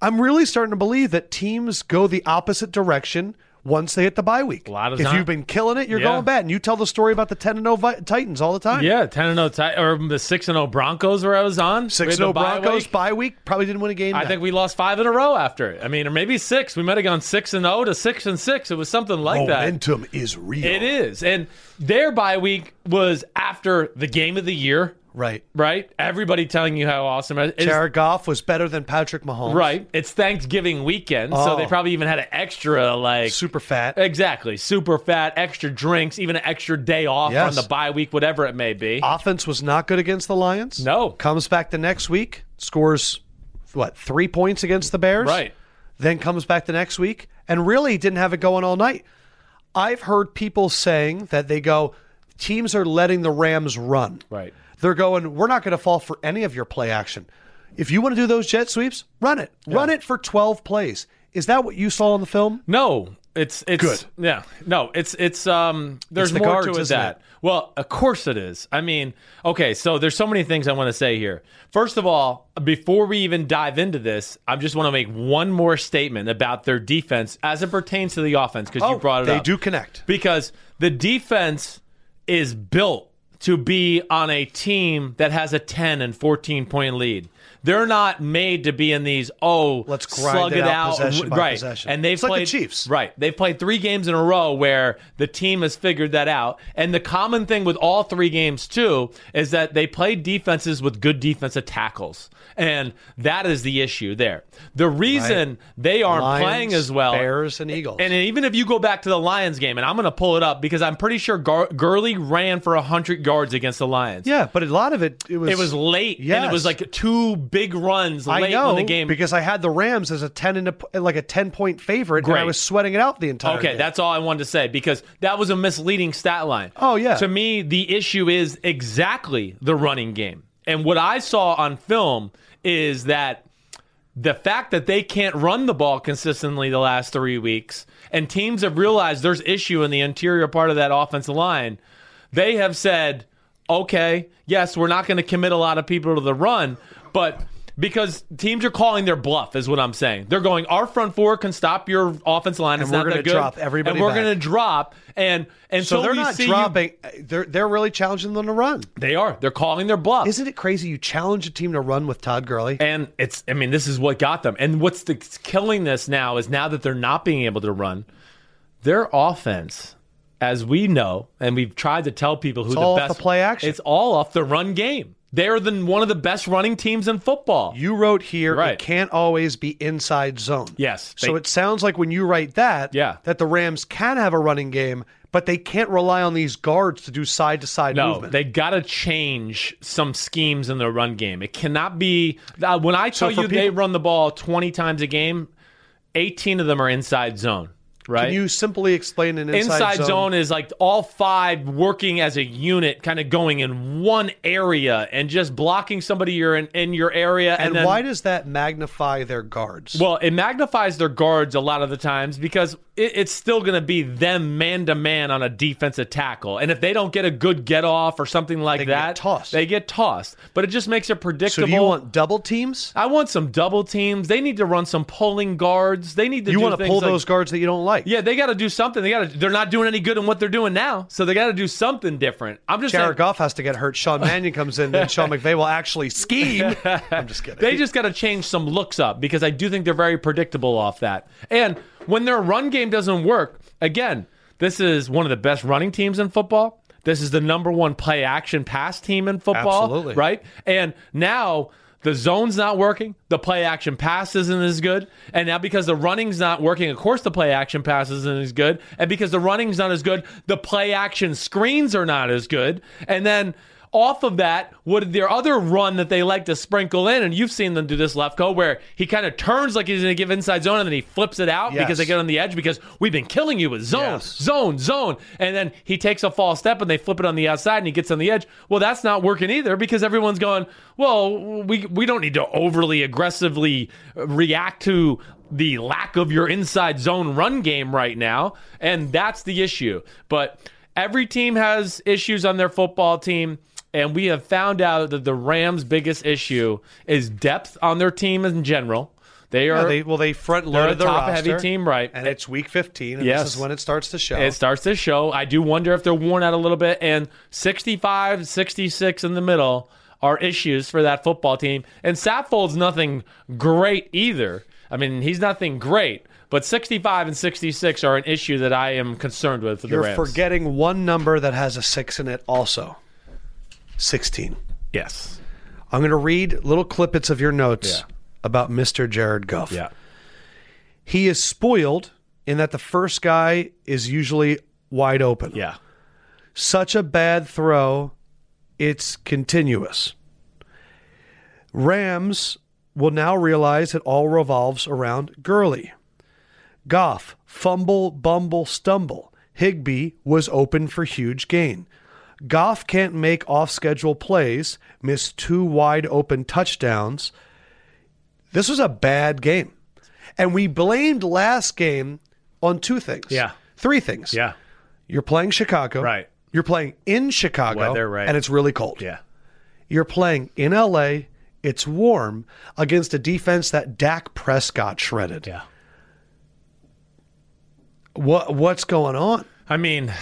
A: I'm really starting to believe that teams go the opposite direction once they hit the bye week.
B: lot of
A: if
B: time.
A: you've been killing it, you're
B: Yeah.
A: going bad. And you tell the story about the 10 0 Vi- Titans all the time.
B: yeah, ten and zero ti- or the six and zero Broncos where I was on. We
A: Six
B: had the
A: no
B: bye
A: Broncos
B: week.
A: bye week probably didn't win a game.
B: I
A: that-
B: think we lost five in a row after it. I mean, or maybe six. We might have gone six and zero to six and six. It was something like
A: Oh,
B: that.
A: momentum is real.
B: It is, and their bye week was after the game of the year.
A: right.
B: Right, everybody telling you how awesome it is.
A: Jared Goff was better than Patrick Mahomes.
B: Right, it's Thanksgiving weekend, so
A: Oh.
B: they probably even had an extra like
A: super fat.
B: Exactly. Super fat, extra drinks, even an extra day off
A: Yes.
B: on the bye week, whatever it may be.
A: Offense was not good against the Lions.
B: No.
A: comes back the next week, scores what three points against the Bears,
B: Right.
A: Then comes back the next week and really didn't have it going all night. I've heard people saying that they go, teams are letting the Rams run.
B: Right.
A: They're going, we're not going to fall for any of your play action. If you want to do those jet sweeps, run it. Run it for 12 plays. Is that what you saw in the film?
B: No, it's it's
A: Good.
B: Yeah, no, it's it's um. There's
A: It's the
B: more
A: guards,
B: to it
A: isn't
B: than that.
A: it?
B: Well, of course it is. I mean, okay, so there's so many things I want to say here. First of all, before we even dive into this, I just want to make one more statement about their defense as it pertains to the offense because you brought it
A: Oh, they
B: up.
A: do connect.
B: because the defense is built to be on a team that has a 10 and 14 point lead. They're not made to be in these oh
A: Let's grind
B: slug
A: it
B: it
A: out
B: out
A: possession by
B: right
A: possession.
B: and they've
A: It's like the
B: played
A: Chiefs.
B: right they've played 3 games in a row where the team has figured that out and the common thing with all 3 games too is that they play defenses with good defensive tackles and that is the issue there. The reason they aren't
A: Lions,
B: playing as well
A: Bears and Eagles.
B: and even if you go back to the Lions game, and I'm going to pull it up because I'm pretty sure Gar- Gurley ran for 100 yards against the Lions.
A: yeah, but a lot of it, it was.
B: It was late, and
A: Yes.
B: it was like two big runs
A: I
B: late
A: know
B: in the game.
A: because I had the Rams as a ten and a, like a ten point favorite, and I
B: Great.
A: was sweating it out the entire.
B: okay,
A: game.
B: that's all I wanted to say because that was a misleading stat line.
A: Oh, yeah.
B: To me, the issue is exactly the running game. And what I saw on film is that the fact that they can't run the ball consistently the last three weeks, and teams have realized there's issue in the interior part of that offensive line, they have said, okay, yes, we're not going to commit a lot of people to the run, but because teams are calling their bluff, is what I'm saying. They're going, our front four can stop your offense line. it's
A: we're
B: not
A: gonna
B: that good.
A: drop everybody
B: and we're
A: back.
B: going to drop. And and
A: so they're
B: we
A: not
B: see you-
A: dropping. They're they're really challenging them to run.
B: they are. They're calling their bluff.
A: Isn't it crazy? You challenge a team to run with Todd Gurley.
B: And it's, I mean, this is what got them. And what's the, killing this now is now that they're not being able to run, their offense, as we know, and we've tried to tell people who the
A: all off
B: best
A: the play action.
B: it's all off the run game. They're the, one of the best running teams in football.
A: You wrote here it
B: Right.
A: can't always be inside zone.
B: Yes,
A: So
B: they-
A: it sounds like when you write that,
B: Yeah.
A: that the Rams can have a running game, but they can't rely on these guards to do side to side
B: no,
A: movement.
B: they got to change some schemes in their run game. It cannot be uh, when I tell
A: for
B: you they
A: people-
B: run the ball 20 times a game, 18 of them are inside zone, right?
A: Can you simply explain an inside,
B: inside zone. is like all five working as a unit, kind of going in one area and just blocking somebody you're in, in your area. And,
A: And
B: then,
A: why does that magnify their guards?
B: Well, it magnifies their guards a lot of the times because it, it's still going to be them man to man on a defensive tackle, and if they don't get a good get off or something like
A: They get
B: that,
A: tossed.
B: They get tossed. But it just makes it
A: so
B: predictable.
A: do you want double teams?
B: I want some double teams. They need to run some pulling guards. They need to.
A: You
B: want to
A: pull those guards that you don't like?
B: Yeah, they got to do something. They got to. They're not doing any good in what they're doing now, so they got to do something different. I'm just saying,
A: Jared Goff has to get hurt. Sean Mannion comes in, then Sean McVay will actually scheme. I'm just kidding.
B: they just got to change some looks up because I do think they're very predictable off that. And when their run game doesn't work, again, this is one of the best running teams in football. This is the number one play action pass team in football,
A: Absolutely.
B: right? And now the zone's not working, the play action pass isn't as good, and now because the running's not working, of course the play action pass isn't as good, and because the running's not as good, the play action screens are not as good, and then off of that, what their other run that they like to sprinkle in, and you've seen them do this Lefko, where he kind of turns like he's going to give inside zone, and then he flips it out
A: Yes.
B: because they get on the edge because we've been killing you with zone,
A: Yes.
B: zone, zone. And then he takes a false step and they flip it on the outside and he gets on the edge. Well, that's not working either because everyone's going, well, we, we don't need to overly aggressively react to the lack of your inside zone run game right now. And that's the issue. But every team has issues on their football team. And we have found out that the Rams' biggest issue is depth on their team in general. They are
A: Yeah, they, well, they front
B: they're a
A: loaded the
B: top heavy
A: roster,
B: team, right?
A: and it's week 15, and
B: Yes.
A: this is when it starts to show.
B: it starts to show. I do wonder if they're worn out a little bit. And 65, 66 in the middle are issues for that football team. And Saffold's nothing great either. I mean, he's nothing great, but 65 and 66 are an issue that I am concerned with for the
A: You're
B: Rams.
A: forgetting one number that has a six in it, also 16.
B: yes.
A: I'm going to read little clippets of your notes
B: Yeah.
A: about Mr. Jared Goff.
B: Yeah.
A: He is spoiled in that the first guy is usually wide open.
B: Yeah.
A: such a bad throw, it's continuous. Rams will now realize it all revolves around Gurley. Goff, fumble, bumble, stumble. Higby was open for huge gain. Goff can't make off schedule plays, missed two wide open touchdowns. This was a bad game. And we blamed last game on two things.
B: Yeah.
A: Three things.
B: Yeah.
A: You're playing Chicago.
B: Right.
A: You're playing in Chicago.
B: Weather, right.
A: And it's really cold.
B: Yeah.
A: You're playing in LA. It's warm against a defense that Dak Prescott shredded.
B: Yeah.
A: What what's going on?
B: I mean,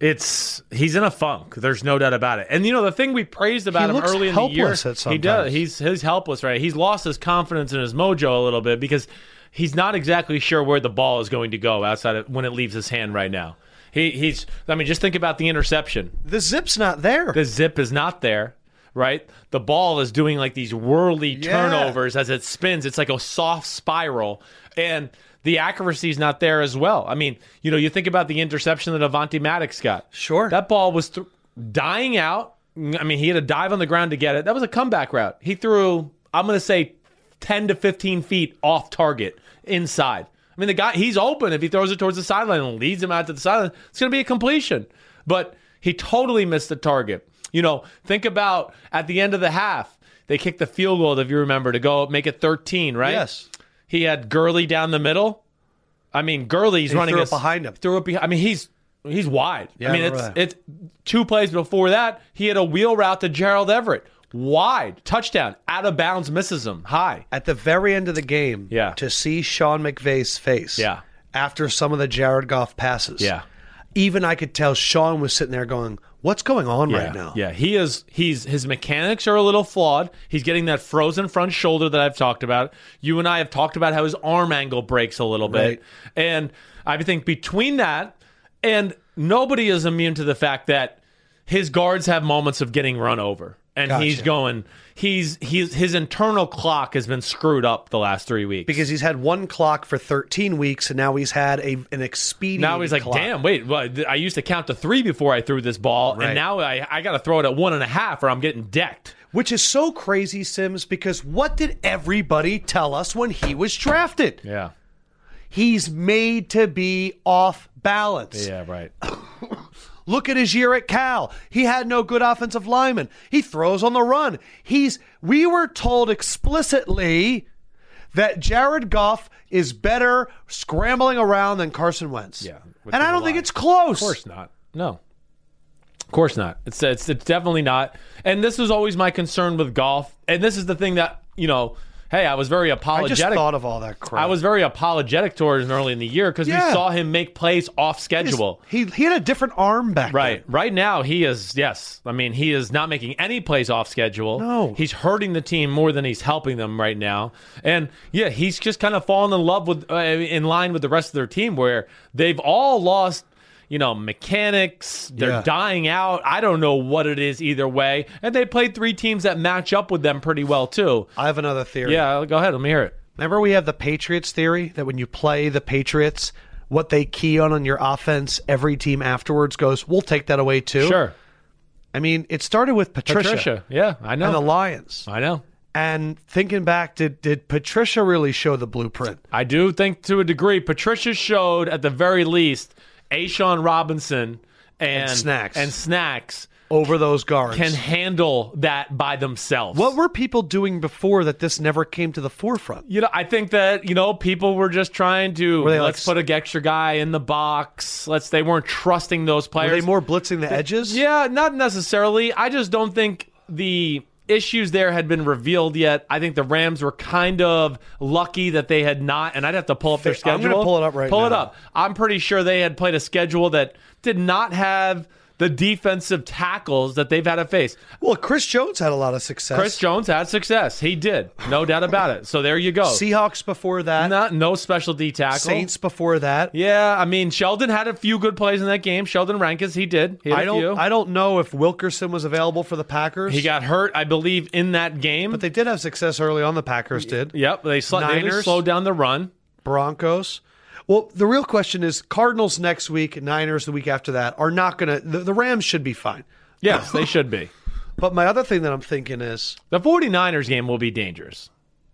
B: it's he's in a funk. There's no doubt about it. And you know the thing we praised about
A: He
B: him
A: looks
B: early in the year,
A: helpless at
B: he
A: sometimes.
B: does. He's he's helpless, right? He's lost his confidence and his mojo a little bit because he's not exactly sure where the ball is going to go outside of when it leaves his hand right now. He, he's. I mean, just think about the interception.
A: The zip's not there.
B: the zip is not there, right? The ball is doing like these whirly turnovers as it spins. It's like a soft spiral. And the accuracy is not there as well. I mean, you know, you think about the interception that Avanti Maddox got.
A: Sure.
B: That ball was th- dying out. I mean, he had a dive on the ground to get it. That was a comeback route. He threw, I'm going to say, 10 to 15 feet off target inside. I mean, the guy, he's open. If he throws it towards the sideline and leads him out to the sideline, it's going to be a completion. But he totally missed the target. You know, think about at the end of the half, they kicked the field goal, if you remember, to go make it 13, right?
A: Yes.
B: He had Gurley down the middle. I mean, Gurley's running
A: threw it
B: us-
A: behind him.
B: Threw it behind. I mean, he's he's wide. I mean,
A: I
B: it's
A: remember
B: it's two plays before that he had a wheel route to Gerald Everett, wide touchdown, out of bounds, misses him high.
A: At the very end of the game,
B: Yeah.
A: to see Sean McVay's face
B: Yeah.
A: after some of the Jared Goff passes.
B: Yeah.
A: Even I could tell Sean was sitting there going, What's going on right now?
B: Yeah, he is. He's his mechanics are a little flawed. He's getting that frozen front shoulder that I've talked about. You and I have talked about how his arm angle breaks a little bit,
A: Right.
B: and I think between that and nobody is immune to the fact that his guards have moments of getting run over, and he's
A: Gotcha.
B: going. He's he's his internal clock has been screwed up the last three weeks
A: Because he's had one clock for 13 weeks and now he's had a, an expedient
B: now he's like,
A: clock.
B: damn, wait, well, th- I used to count to three before I threw this ball,
A: Right.
B: and now I, I got to throw it at one and a half or I'm getting decked.
A: Which is so crazy, Sims, because what did everybody tell us when he was drafted?
B: Yeah.
A: He's made to be off balance.
B: Yeah, right.
A: Look at his year at Cal. He had no good offensive lineman. He throws on the run. He's we were told explicitly that Jared Goff is better scrambling around than Carson Wentz.
B: Yeah,
A: And I
B: within
A: don't
B: the
A: think
B: line.
A: it's close.
B: Of course not. No. Of course not. It's, it's it's definitely not. And this was always my concern with golf. And this is the thing that, you know, hey, I was very
A: I just
B: apologetic.
A: thought of all that crap.
B: I was very apologetic towards him early in the year because
A: Yeah.
B: we saw him make plays off schedule.
A: he he had a different arm back
B: Right. Right now, he is, yes. I mean, he is not making any plays off schedule.
A: No.
B: He's hurting the team more than he's helping them right now. And yeah, he's just kind of fallen in love with, uh, in line with the rest of their team where they've all lost. You know, mechanics, they're
A: Yeah.
B: dying out. I don't know what it is either way. And they played three teams that match up with them pretty well, too.
A: I have another theory.
B: Yeah, go ahead. Let me hear it.
A: Remember, we have the Patriots theory that when you play the Patriots, what they key on on your offense, every team afterwards goes, "We'll take that away too."
B: Sure.
A: I mean, it started with Patricia,
B: Patricia. Yeah, I
A: and the
B: know.
A: Lions.
B: I know.
A: And thinking back, did did Patricia really show the blueprint?
B: I do think to a degree, Patricia showed at the very least, Ashawn Robinson and,
A: Snacks.
B: and snacks
A: over those guards.
B: can handle that by themselves.
A: what were people doing before that this never came to the forefront?
B: you know, I think that you know people were just trying to
A: they, like,
B: let's put an extra guy in the box. Let's they weren't trusting those
A: Were
B: players.
A: they more blitzing the edges?
B: Yeah, not necessarily. I just don't think the issues there had been revealed yet. I think the Rams were kind of lucky that they had not, and I'd have to pull up their
A: I'm
B: schedule.
A: gonna pull it up right
B: Pull it
A: now.
B: up. I'm pretty sure they had played a schedule that did not have the defensive tackles that they've had to face.
A: Well, Chris Jones had a lot of success.
B: Chris Jones had success. He did. No doubt about it. So there you go.
A: Seahawks before that.
B: not no specialty tackle.
A: Saints before that.
B: Yeah, I mean Sheldon had a few good plays in that game. Sheldon Rankins, he did. He had
A: I
B: a
A: don't.
B: few.
A: I don't know if Wilkerson was available for the Packers.
B: he got hurt, I believe, in that game.
A: But they did have success early on. The Packers did.
B: Yep, they, sl- they
A: Niners.
B: just slowed down the run.
A: Broncos. Well, the real question is Cardinals next week, Niners the week after that are not going to. The, the Rams should be fine.
B: Yes, they should be.
A: But my other thing that I'm thinking is
B: The 49ers game will be dangerous.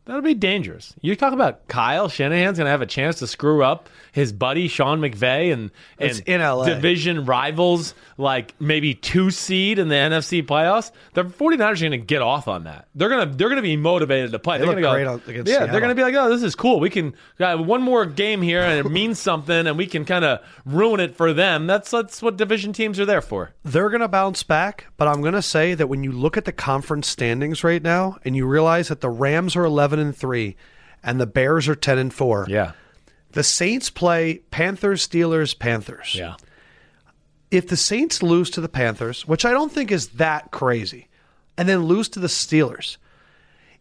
B: That'll be dangerous. You talk about Kyle Shanahan's going to have a chance to screw up his buddy Sean McVay and,
A: It's
B: and
A: in LA.
B: division rivals, like maybe two seed in the NFC playoffs. The 49ers are going to get off on that. They're going to they're going to be motivated to play. They are
A: look
B: going to go
A: great on- against
B: Yeah,
A: Seattle.
B: they're going to be like, "Oh, this is cool. We can got one more game here and it means something and we can kind of ruin it for them." That's that's what division teams are there for.
A: they're going to bounce back, but I'm going to say that when you look at the conference standings right now and you realize that the Rams are 11 and 3 and the Bears are 10 and 4.
B: Yeah.
A: The Saints play Panthers, Steelers, Panthers.
B: Yeah.
A: If the Saints lose to the Panthers, which I don't think is that crazy, and then lose to the Steelers,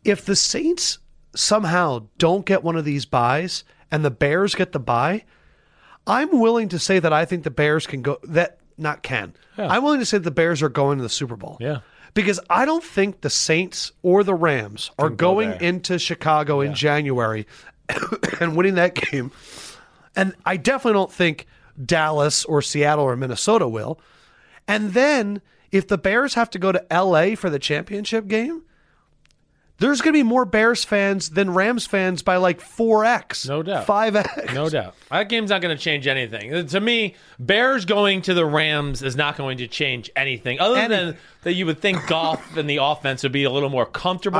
A: if the Saints somehow don't get one of these buys and the Bears get the buy, I'm willing to say that I think the Bears can go that not can. I'm willing to say that the Bears are going to the Super Bowl.
B: Yeah.
A: Because I don't think the Saints or the Rams are going into Chicago in January and winning that game. And I definitely don't think Dallas or Seattle or Minnesota will. And then if the Bears have to go to LA for the championship game, there's going to be more Bears fans than Rams fans by like 4x.
B: No doubt.
A: 5x.
B: No doubt. That game's not going to change anything. Uh, To me, Bears going to the Rams is not going to change anything other than
A: Anything.
B: that you would think golf and the offense would be a little more comfortable.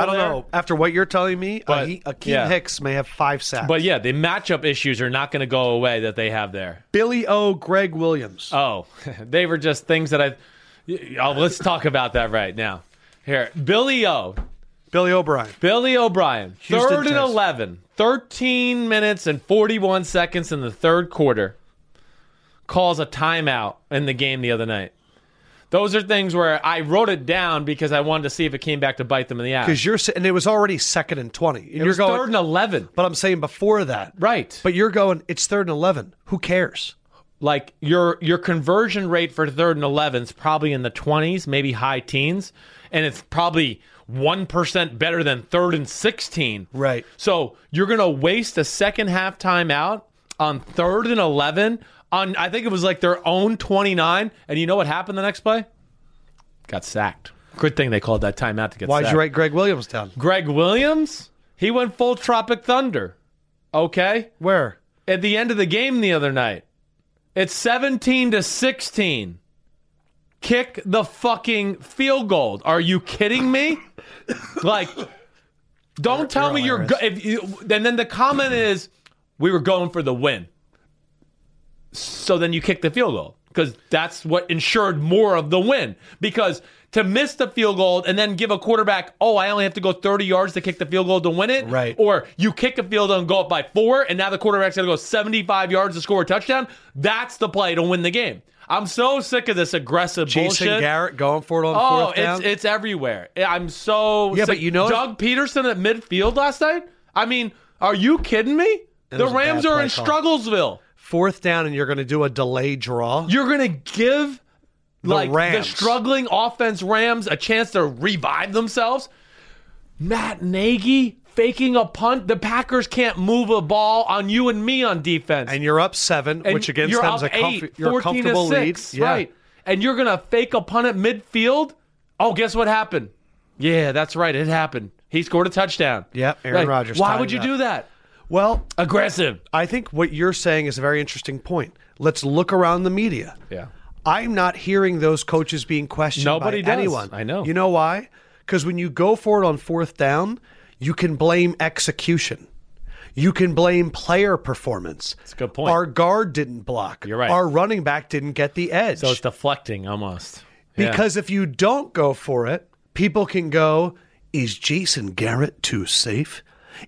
A: I don't
B: there.
A: know. After what you're telling me, uh,
B: But,
A: Akeem
B: yeah.
A: Hicks may have five sacks.
B: But yeah, the matchup issues are not going to go away that they have there.
A: Billy O. Greg Williams.
B: Oh, they were just things that I. Oh, let's talk about that right now. Here, Billy O.
A: Billy O'Brien.
B: Billy O'Brien,
A: Houston
B: third and
A: Texans.
B: 11, 13 minutes and 41 seconds in the third quarter, calls a timeout in the game the other night. Those are things where I wrote it down because I wanted to see if it came back to bite them in the ass.
A: Because you're si- and it was already second and twenty, and
B: It
A: you're
B: was
A: going.
B: third and 11.
A: but I'm saying before that,
B: Right.
A: But you're going. It's third and eleven. Who cares?
B: like your your conversion rate for third and 11 is probably in the 20s maybe high teens and it's probably 1% better than third and 16
A: Right.
B: so you're gonna waste a second half timeout on third and 11 on i think it was like their own 29 and you know what happened the next play got sacked good thing they called that timeout to get
A: Why'd
B: sacked
A: you write Greg Williams down?
B: greg williams he went full tropic thunder okay
A: Where?
B: at the end of the game the other night. It's 17 to 16. Kick the fucking field goal. Are you kidding me? like don't tell me you're go- if you, and then the comment is we were going for the win. So then you kick the field goal because that's what ensured more of the win. Because to miss the field goal and then give a quarterback, oh, I only have to go 30 yards to kick the field goal to win it.
A: Right.
B: Or you kick a field goal and go up by four, and now the quarterback's going to go 75 yards to score a touchdown. That's the play to win the game. I'm so sick of this aggressive
A: Jason
B: bullshit.
A: Garrett going for it on
B: Oh,
A: fourth
B: it's
A: down.
B: it's everywhere. I'm so
A: Yeah,
B: sick.
A: but you know-
B: Doug Peterson at midfield last night. I mean, are you kidding me?
A: it
B: The
A: was a bad
B: Rams are
A: play
B: in
A: call.
B: Strugglesville.
A: fourth down, and you're going to do a delay draw.
B: You're gonna give like the
A: Rams.
B: struggling offense Rams a chance to revive themselves. Matt Nagy faking a punt. The Packers can't move a ball on you and me on defense.
A: and you're up seven,
B: And
A: which against
B: you're
A: them is a,
B: up
A: comf-
B: eight,
A: you're a
B: 14 to
A: comfortable
B: six,
A: lead. Yeah.
B: Right. And you're going to fake a punt at midfield? Oh, guess what happened? Yeah, that's right. It happened. He scored a touchdown.
A: Yep, Aaron Rodgers
B: Why
A: tied
B: would you
A: it
B: do that?
A: Well,
B: Aggressive.
A: I think what you're saying is a very interesting point. Let's look around the media.
B: Yeah.
A: I'm not hearing those coaches being questioned
B: Nobody
A: by
B: does.
A: anyone.
B: I know.
A: You know why? Because when you go for it on fourth down, you can blame execution. You can blame player performance. That's
B: a good point.
A: Our guard didn't block. You're
B: right.
A: Our running back didn't get the edge.
B: So Oh, it's deflecting almost. Yeah.
A: because if you don't go for it, people can go, is Jason Garrett too safe?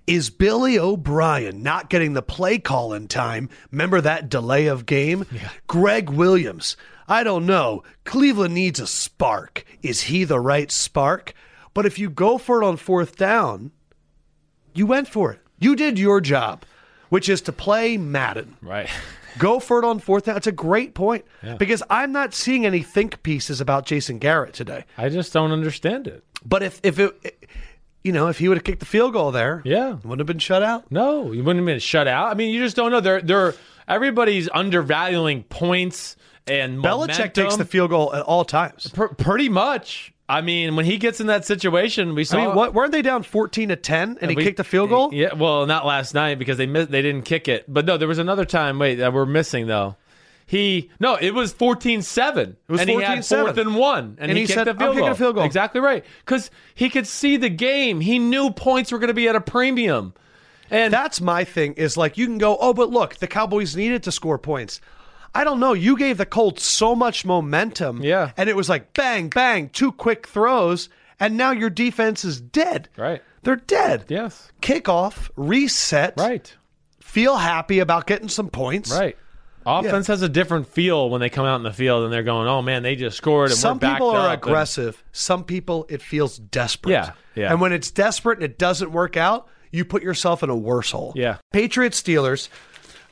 A: Is Billy O'Brien not getting the play call in time? Remember that delay of game? Greg Williams, I don't know. Cleveland needs a spark. Is he the right spark? But if you go for it on fourth down, you went for it. You did your job, which is to play Madden.
B: Right.
A: Go for it on fourth down. It's a great point because I'm not seeing any think pieces about Jason Garrett today.
B: I just don't understand it.
A: But if if it, you know, if he would have kicked the field goal there,
B: Yeah.
A: it wouldn't have been shut out.
B: No, you wouldn't have been shut out. I mean, you just don't know. They're, they're, everybody's undervaluing points and
A: Belichick
B: momentum.
A: takes the field goal at all times.
B: Pr- pretty much. I mean, when he gets in that situation, we saw.
A: I mean, what, weren't they down 14 to 10 and he
B: Uh, we-
A: kicked a field goal?
B: Yeah, well, not last night because they missed, they didn't kick it. But no, there was another time. Wait, that we're missing though. He no, it was 14-7. It
A: was
B: and he had
A: 14-7.
B: fourth and one, and,
A: And
B: he,
A: he
B: kicked
A: said,
B: a
A: "I'm
B: field
A: kicking
B: goal.
A: a field goal.
B: Exactly right, because he could see the game. He knew points were going to be at a premium, and
A: That's my thing is like you can go, oh, but look, the Cowboys needed to score points. I don't know. You gave the Colts so much momentum.
B: Yeah.
A: And it was like bang, bang, two quick throws. And now your defense is dead.
B: Right.
A: They're dead.
B: yes,
A: Kickoff, reset.
B: right,
A: Feel happy about getting some points.
B: right. Offense has a different feel when they come out in the field and they're going, "Oh man, they just scored." And
A: Some
B: we're backed
A: people are
B: up," and-
A: aggressive. Some people, it feels desperate.
B: Yeah, yeah.
A: And when it's desperate and it doesn't work out, you put yourself in a worse hole.
B: Yeah.
A: Patriots Steelers.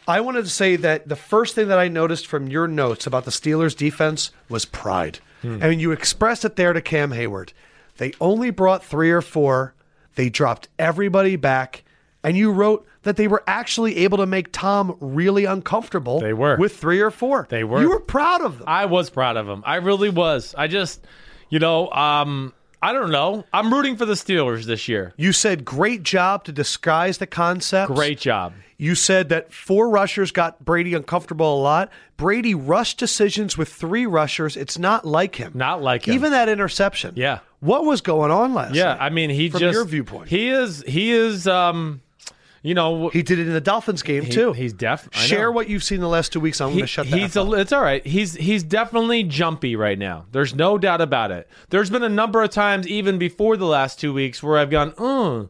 A: I wanted to say that the first thing that I noticed from your notes about the Steelers defense was pride.
B: Hmm.
A: And you expressed it there to Cam Hayward. They only brought three or four. They dropped everybody back. And you wrote that they were actually able to make Tom really uncomfortable.
B: They were.
A: With three or four.
B: They were.
A: You were proud of them.
B: I was proud of him. I really was. I just, you know, um, I don't know. I'm rooting for the Steelers this year.
A: You said great job to disguise the concept.
B: Great job.
A: You said that four rushers got Brady uncomfortable a lot. Brady rushed decisions with three rushers. It's not like him.
B: Not like him.
A: even that interception.
B: Yeah.
A: What was going on last?
B: Yeah,
A: night?
B: I mean, he
A: From
B: just
A: your viewpoint.
B: he is he is um, you know,
A: he did it in the Dolphins game
B: he-
A: too.
B: He's deaf. I know.
A: Share what you've seen the last two weeks. I'm going
B: He-
A: to shut that.
B: he's a, it's all right. He's he's definitely jumpy right now. There's no doubt about it. There's been a number of times even before the last two weeks where I've gone, mm.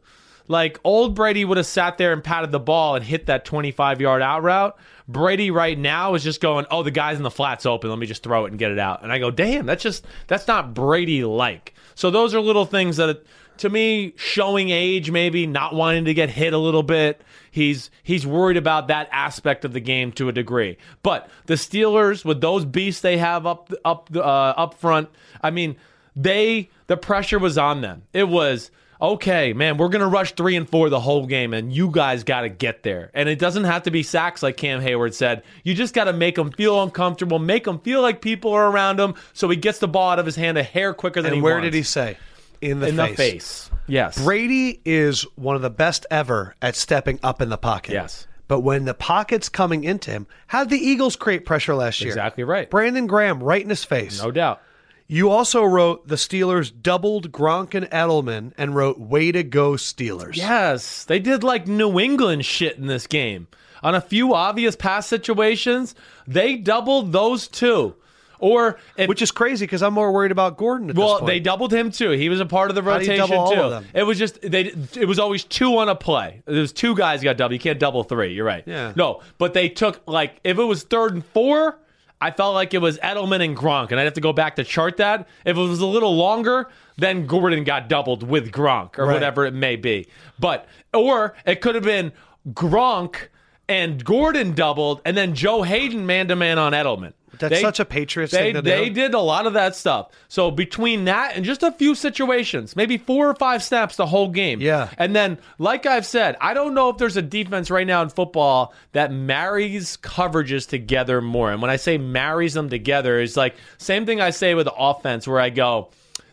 B: like old Brady would have sat there and patted the ball and hit that 25 yard out route. Brady right now is just going, oh, the guy's in the flats open. Let me just throw it and get it out. And I go, damn, that's just that's not Brady like. So those are little things that. To me, showing age, maybe not wanting to get hit a little bit, he's he's worried about that aspect of the game to a degree. But the Steelers, with those beasts they have up up uh, up front, I mean, they the pressure was on them. It was okay, man. We're gonna rush three and four the whole game, and you guys got to get there. And it doesn't have to be sacks, like Cam Hayward said. You just got to make him feel uncomfortable, make him feel like people are around him, so he gets the ball out of his hand a hair quicker than
A: and
B: he
A: where
B: wants.
A: did he say? In the
B: in
A: face.
B: the face? Yes,
A: Brady is one of the best ever at stepping up in the pocket.
B: Yes.
A: But when the pocket's coming into him, how did the Eagles create pressure last year?
B: Exactly right.
A: Brandon Graham right in his face.
B: no doubt.
A: You also wrote the Steelers doubled Gronk and Edelman and wrote way to go Steelers.
B: Yes, they did like New England shit in this game. On a few obvious pass situations, they doubled those two. Or if,
A: Which is crazy because I'm more worried about Gordon at this
B: well,
A: point.
B: they doubled him too. He was a part of the
A: do you
B: rotation
A: double all
B: too.
A: of them?
B: It was just they. It was always two on a play. There's two guys got double. You can't double three. You're right.
A: Yeah.
B: No, but they took like if it was third and four, I felt like it was Edelman and Gronk, and I'd have to go back to chart that. If it was a little longer, then Gordon got doubled with Gronk or
A: Right.
B: whatever it may be. But or it could have been Gronk. And Gordon doubled, and then Joe Hayden man to man on Edelman.
A: That's such a Patriots
B: they,
A: thing to
B: They
A: do.
B: did a lot of that stuff. So between that and just a few situations, maybe four or five snaps the whole game.
A: Yeah.
B: And then, like I've said, I don't know if there's a defense right now in football that marries coverages together more. And when I say marries them together, it's like same thing I say with offense, where I go,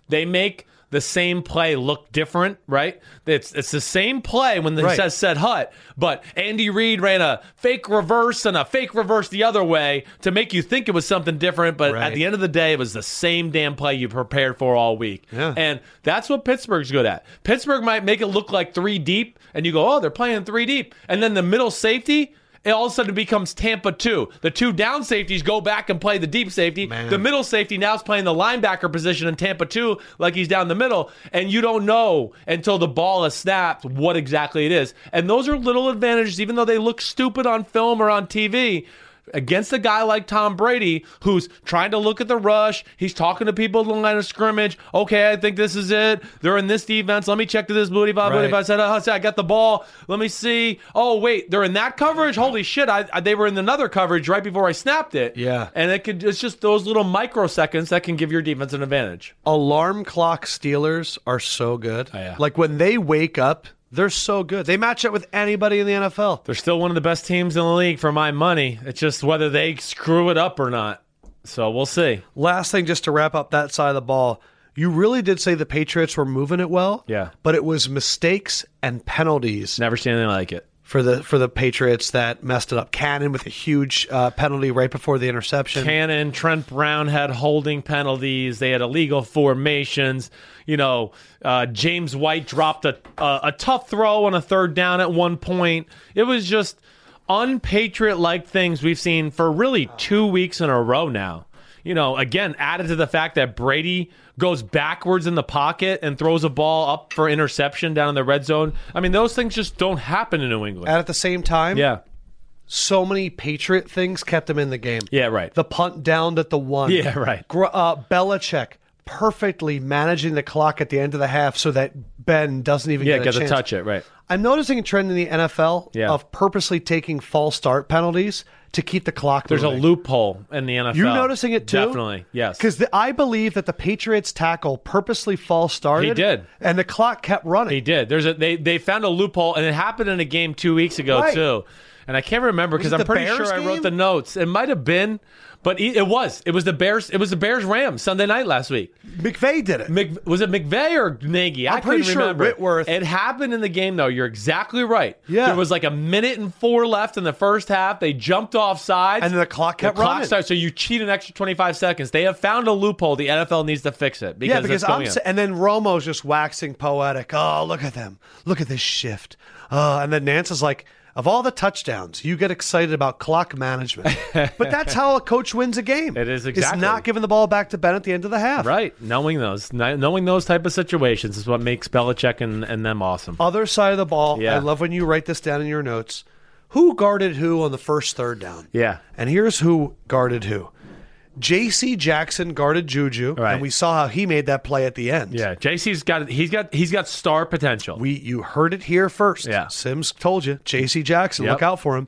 B: they make the same play look different, right? It's it's the same play when they
A: Right.
B: says said hut, but Andy Reid ran a fake reverse and a fake reverse the other way to make you think it was something different, but at
A: Right.
B: the end of the day, it was the same damn play you prepared for all week.
A: Yeah.
B: And that's what Pittsburgh's good at. Pittsburgh might make it look like three deep, and you go, oh, they're playing three deep. And then the middle safety, it all of a sudden becomes Tampa 2. The two down safeties go back and play the deep safety. The middle safety now is playing the linebacker position in Tampa 2 like he's down the middle. And you don't know until the ball is snapped what exactly it is. And those are little advantages, even though they look stupid on film or on TV against a guy like Tom Brady who's trying to look at the rush. He's talking to people in the line of scrimmage. Okay, I think this is it. They're in this defense. Let me check to this booty bop booty
A: Right.
B: bop. Said, oh, I got the ball. Let me see. Oh wait, they're in that coverage. Holy shit! I, I- they were in another coverage right before I snapped it.
A: Yeah.
B: and it could. It's just those little microseconds that can give your defense an advantage.
A: Alarm clock Steelers are so good.
B: Oh, yeah.
A: Like when they wake up, they're so good. They match up with anybody in the NFL.
B: They're still one of the best teams in the league for my money. It's just whether they screw it up or not. So we'll see.
A: Last thing, just to wrap up that side of the ball, You really did say the Patriots were moving it well.
B: Yeah.
A: But it was mistakes and penalties
B: Never seen anything like it.
A: for the for the Patriots that messed it up. Cannon with a huge uh, penalty right before the interception.
B: Cannon, Trent Brown had holding penalties. They had illegal formations. You know, uh, James White dropped a, a a tough throw on a third down at one point. It was just unpatriot like things we've seen for really two weeks in a row now. You know, again, added to the fact that Brady goes backwards in the pocket and throws a ball up for interception down in the red zone. I mean, those things just don't happen in New England.
A: and at the same time,
B: Yeah.
A: so many Patriot things kept them in the game.
B: Yeah, right.
A: The punt down at the one.
B: Yeah, right.
A: Gr- uh, Belichick perfectly managing the clock at the end of the half so that Ben doesn't even
B: yeah,
A: get a
B: get to
A: chance.
B: touch it, right.
A: I'm noticing a trend in the NFL
B: Yeah.
A: of purposely taking false start penalties to keep the clock.
B: There's a
A: moving.
B: loophole in the NFL.
A: You noticing it too?
B: Definitely, yes.
A: Because I believe that the Patriots tackle purposely false started.
B: He did.
A: and the clock kept running.
B: He did. There's a they they found a loophole, and it happened in a game two weeks ago
A: Right.
B: too. And I can't remember because
A: it
B: I'm
A: the
B: pretty
A: Bears
B: sure I
A: game?
B: wrote the notes. It might have been, but e, it, it was. It was the Bears. It was the Bears Rams Sunday night last week.
A: McVay did it.
B: Mc, was it McVay or Nagy? I
A: I'm pretty
B: couldn't
A: sure
B: remember.
A: Whitworth-
B: It happened in the game, though. You're exactly right.
A: Yeah.
B: There was like a minute and four left in the first half. They jumped off sides.
A: And then the clock kept
B: clock
A: running.
B: started, so you cheat an extra 25 seconds. They have found a loophole. The NFL needs to fix it. Because
A: yeah, because
B: it's
A: I'm.
B: going
A: s
B: in.
A: and then Romo's just waxing poetic. Oh, look at them. Look at this shift. Uh, and then Nance is like, of all the touchdowns, you get excited about clock management. but that's how a coach wins a game.
B: It is
A: It's
B: exactly.
A: not giving the ball back to Ben at the end of the half.
B: Right, knowing those, kn- knowing those type of situations is what makes Belichick and, and them awesome.
A: Other side of the ball.
B: Yeah.
A: I love when you write this down in your notes. Who guarded who on the first third down?
B: Yeah,
A: And here's who guarded who. J.C. Jackson guarded Juju,
B: Right.
A: and we saw how he made that play at the end.
B: yeah. JC's got he's got he's got star potential.
A: We you heard it here first.
B: Yeah.
A: Sims told you. J.C. Jackson,
B: Yep.
A: look out for him.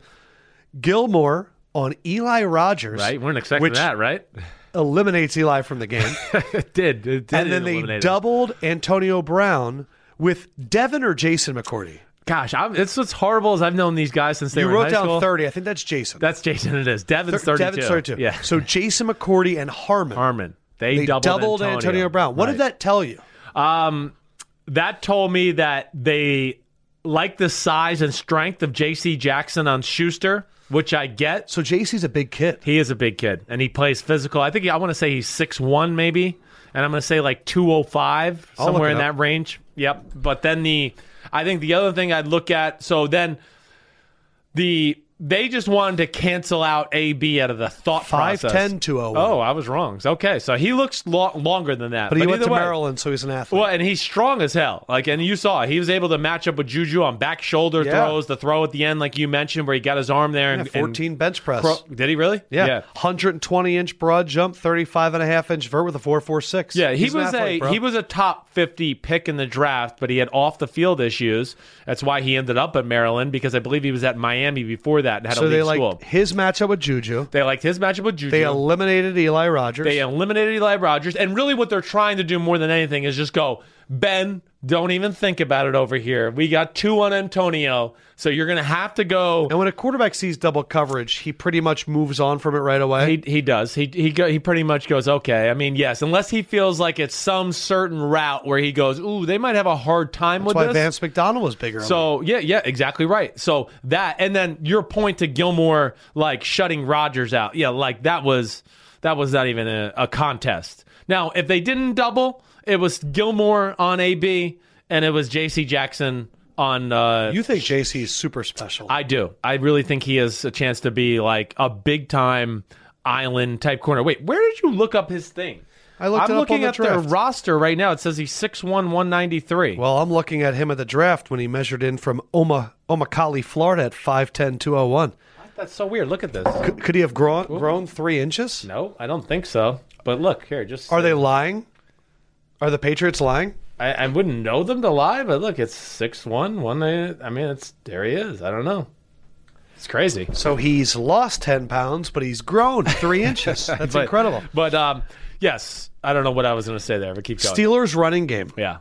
A: Gilmore on Eli Rogers,
B: right, we weren't expecting
A: which
B: that. Right,
A: eliminates Eli from the game,
B: it did. It did
A: and then they
B: eliminate him.
A: doubled Antonio Brown with Devin or Jason McCourty.
B: Gosh, I'm, it's what's horrible is I've known these guys since they
A: You
B: were in
A: wrote
B: high
A: down
B: school.
A: thirty. I think that's Jason.
B: That's Jason. It is Devin's
A: Thir-
B: thirty-two.
A: Devin's thirty-two.
B: Yeah,
A: So Jason McCourty and Harmon.
B: Harmon. They,
A: They doubled,
B: doubled,
A: Antonio. Brown. What did
B: Right.
A: that tell you?
B: Um, that told me that they like the size and strength of J.C. Jackson on Schuster, which I get.
A: So JC's a big kid.
B: He is a big kid, and he plays physical. I think I want to say he's six one, maybe, and I'm going to say like two oh five
A: look
B: somewhere
A: it
B: in
A: up.
B: that range. Yep. But then the, I think the other thing I'd look at. So then, the they just wanted to cancel out AB out of the thought
A: Five
B: process.
A: ten two oh one.
B: Oh, I was wrong. Okay, so he looks lo- longer than that.
A: But he went
B: either
A: to
B: way-
A: Maryland, so he's an athlete.
B: Well, and he's strong as hell. Like, and you saw he was able to match up with Juju on back shoulder
A: Yeah.
B: throws, the throw at the end, like you mentioned, where he got his arm there and
A: Yeah,
B: and
A: 14 bench press.
B: pro- did he really?
A: yeah. 120 inch broad jump, 35 and a half inch vert with a 446.
B: Yeah, he
A: He's an
B: was
A: athlete,
B: a
A: bro.
B: he was a top fifty pick in the draft, but he had off the field issues. That's why he ended up at Maryland because I believe he was at Miami before that and had
A: so
B: a
A: they
B: league
A: like
B: school.
A: his matchup with Juju.
B: They liked his matchup with Juju.
A: They eliminated Eli Rogers.
B: They uh, eliminated Eli Rogers, and really what they're trying to do more than anything is just go Ben. Don't even think about it over here. We got two on Antonio, so you're gonna have to go.
A: and when a quarterback sees double coverage, he pretty much moves on from it right away.
B: He, he does. He he go, he pretty much goes okay. I mean, yes, unless he feels like it's some certain route where he goes, ooh, they might have a hard time
A: That's
B: with
A: why
B: this.
A: Vance McDonald was bigger.
B: So yeah, yeah, exactly right. So that and then your point to Gilmore like shutting Rodgers out. Yeah, like that was that was not even a, a contest. Now, if they didn't double, it was Gilmore on AB and it was JC Jackson on uh
A: you think JC is super special?
B: I do. I really think he has a chance to be like a big time island type corner. Wait, where did you look up his thing?
A: I looked
B: I'm
A: it up
B: looking
A: on the
B: at their
A: draft.
B: roster right now. It says he's 6'1", 193.
A: well, I'm looking at him at the draft when he measured in from Oma, Omakali, Florida at 5'10", 201.
B: That's so weird. Look at this.
A: Could, could he have grown, grown three inches?
B: No, I don't think so. But look here, just
A: Are they lying? Are the Patriots lying?
B: I, I wouldn't know them to lie, but look, it's six one one. I mean, it's there he is. I don't know. It's crazy.
A: So he's lost 10 pounds, but he's grown three inches. That's
B: But-
A: incredible.
B: But um, yes, I don't know what I was going to say there, but keep going.
A: Steelers running game.
B: yeah,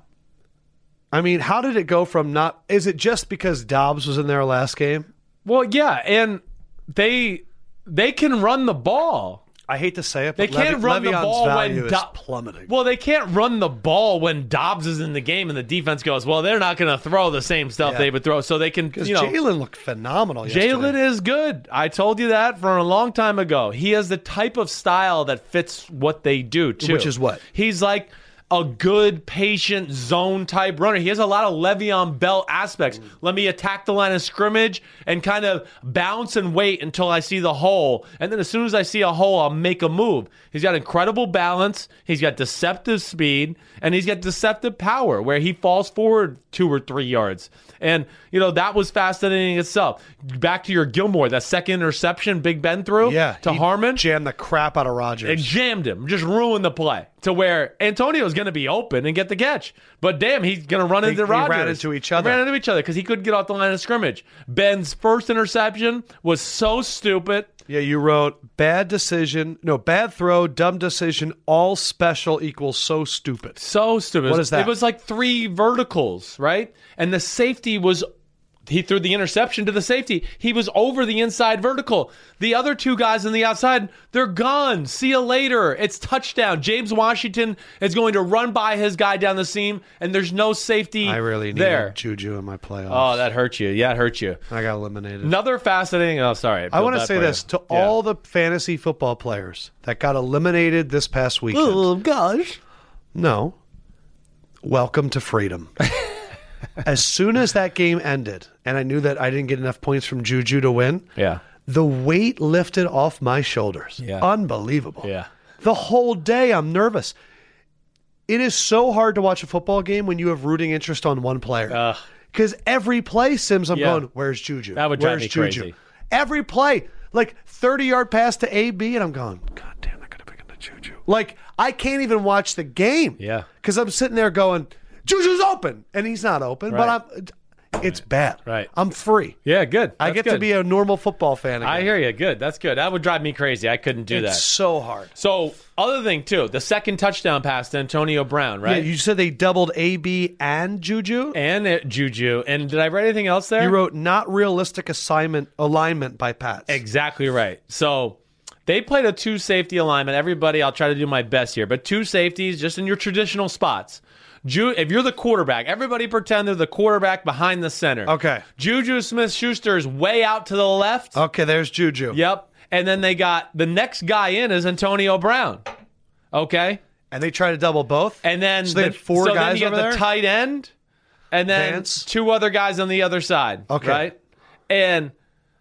A: I mean, how did it go from not? Is it just because Dobbs was in their last game?
B: Well, yeah, and they they can run the ball.
A: I hate to say it,
B: They
A: but Levi-
B: can't run the
A: Le'Veon's
B: ball
A: value
B: when
A: is
B: Do-
A: plummeting.
B: Well, they can't run the ball when Dobbs is in the game, and the defense goes, "Well, they're not going to throw the same stuff
A: Yeah.
B: they would throw." So they can,
A: Because
B: you know,
A: Jalen looked phenomenal.
B: Jalen
A: yesterday.
B: is good. I told you that from a long time ago. He has the type of style that fits what they do, too.
A: Which is what?
B: He's like a good, patient zone type runner. He has a lot of Le'Veon Bell aspects.
A: Mm.
B: Let me attack the line of scrimmage and kind of bounce and wait until I see the hole. And then as soon as I see a hole, I'll make a move. He's got incredible balance. He's got deceptive speed and he's got deceptive power where he falls forward two or three yards. And, you know, that was fascinating itself. Back to your Gilmore, that second interception Big Ben threw
A: yeah
B: to
A: he
B: Harmon.
A: jammed the crap out of Rogers.
B: It jammed him, just ruined the play to where Antonio's going to be open and get the catch. But damn, he's going to run into
A: they ran
B: Rodgers.
A: into each
B: They
A: other.
B: Ran into each other because he couldn't get off the line of scrimmage. Ben's first interception was so stupid.
A: Yeah, you wrote bad decision, no bad throw, dumb decision. All special equals so stupid.
B: So stupid.
A: What is that?
B: It was like three verticals, right? And the safety was he threw the interception to the safety. He was over the inside vertical. The other two guys on the outside, they're gone. See you later. It's touchdown. James Washington is going to run by his guy down the seam, and there's no safety
A: I really need
B: there.
A: Juju in my playoffs.
B: Oh, that hurt you. Yeah, it hurt you.
A: I got eliminated.
B: Another fascinating. Oh, sorry.
A: I want to say this to all the fantasy football players that got eliminated this past weekend.
B: gosh.
A: No. Welcome to freedom. as soon as that game ended, and I knew that I didn't get enough points from Juju to win,
B: Yeah.
A: the weight lifted off my shoulders.
B: Yeah.
A: Unbelievable.
B: Yeah.
A: The whole day I'm nervous. It is so hard to watch a football game when you have rooting interest on one player.
B: Ugh.
A: Because every play, Sims, I'm
B: Yeah.
A: going, where's Juju?
B: That would drive
A: where's
B: me
A: Juju?
B: crazy.
A: Every play, like 30 yard pass to AB, and I'm going, God damn, they're going to pick into Juju. Like, I can't even watch the game.
B: Yeah.
A: Because I'm sitting there going, Juju's open. And he's not open,
B: Right.
A: but I'm. It's bad.
B: Right.
A: I'm free.
B: Yeah, good.
A: I
B: That's
A: get to
B: good.
A: be a normal football fan again.
B: I hear you. Good. That's good. That would drive me crazy. I couldn't do
A: it's
B: that.
A: so hard.
B: So, other thing too, the second touchdown pass to Antonio Brown,
A: Yeah,
B: right?
A: you said they doubled AB and Juju.
B: and uh, Juju. And did I write anything else there?
A: You wrote not realistic assignment alignment by Pats.
B: exactly right. So, they played a two safety alignment. Everybody, I'll try to do my best here, but two safeties just in your traditional spots. Ju- if you're the quarterback, everybody pretend they're the quarterback behind the center.
A: Okay. Oh.
B: Juju Smith Schuster is way out to the left.
A: Okay, there's Juju.
B: Yep. And then they got the next guy in is Antonio Brown. Okay.
A: And they try to double both.
B: And then
A: so they
B: the-
A: had four
B: so
A: guys
B: then you
A: over
B: have
A: there.
B: the tight end, and then
A: Vance.
B: two other guys on the other side.
A: Okay.
B: right, and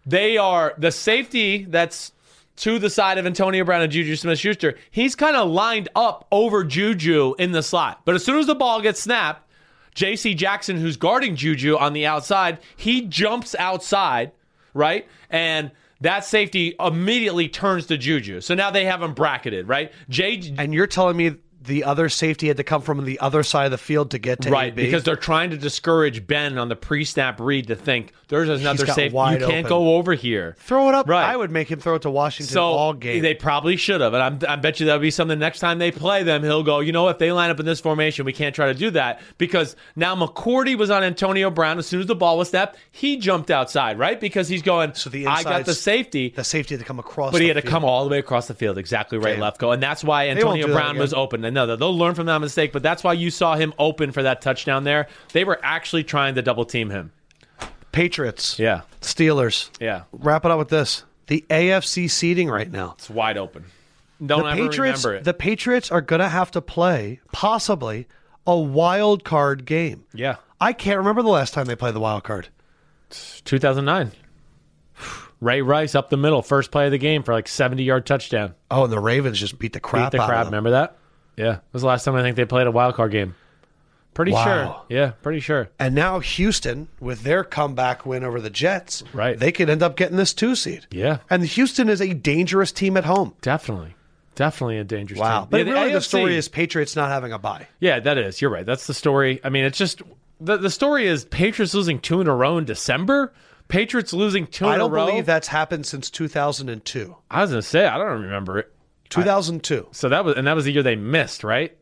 B: they are the safety that's to the side of Antonio Brown and Juju Smith-Schuster. He's kind of lined up over Juju in the slot, but as soon as the ball gets snapped, J.C. Jackson, who's guarding Juju on the outside, he jumps outside, right? And that safety immediately turns to Juju. So now they have him bracketed, right? J.
A: and you're telling me the other safety had to come from the other side of the field to get to
B: Right,
A: AB.
B: because they're trying to discourage Ben on the pre-snap read to think there's another
A: got
B: safe. You
A: wide
B: can't
A: open.
B: go over here.
A: throw it up.
B: Right.
A: I would make him throw it to Washington
B: So
A: all game.
B: they probably should have, and I'm, I bet you that'll be something next time they play them. He'll go, you know, what? if they line up in this formation, we can't try to do that because now McCourty was on Antonio Brown. As soon as the ball was snapped, he jumped outside, right? Because he's going.
A: So the
B: I got the
A: insides-
B: safety.
A: the safety had to come across.
B: But he
A: the
B: had to
A: field.
B: come all the way across the field, exactly right,
A: Damn.
B: Lefko, and that's why
A: won't
B: Antonio
A: do that
B: Brown
A: again.
B: was open. And no, they'll learn from that mistake. But that's why you saw him open for that touchdown there. They were actually trying to double team him.
A: Patriots.
B: Yeah,
A: Steelers.
B: yeah,
A: Wrap it up with this. The AFC seeding right now.
B: it's wide open. Don't
A: the
B: ever
A: Patriots,
B: remember it.
A: The Patriots are going to have to play possibly a wild card game.
B: yeah,
A: I can't remember the last time they played the wild card.
B: 2009. Ray Rice up the middle, first play of the game for like 70 yard touchdown.
A: Oh, and the Ravens just beat the crap
B: Beat the
A: out
B: crap.
A: of them.
B: Remember that? Yeah, it was the last time I think they played a wild card game. Pretty
A: Wow.
B: sure. Yeah, pretty sure.
A: And now Houston, with their comeback win over the Jets,
B: Right.
A: they could end up getting this two seed.
B: Yeah.
A: And Houston is a dangerous team at home.
B: Definitely, definitely a dangerous. team.
A: But
B: Yeah,
A: really, the
B: AFC
A: story is Patriots not having a bye.
B: Yeah, that is. You're right. That's the story. I mean, it's just the the story is Patriots losing two in a row in December. Patriots losing two
A: I
B: in
A: don't
B: a row.
A: believe that's happened since 2002.
B: I was gonna say I don't remember it.
A: 2002.
B: So that was and that was the year they missed, right?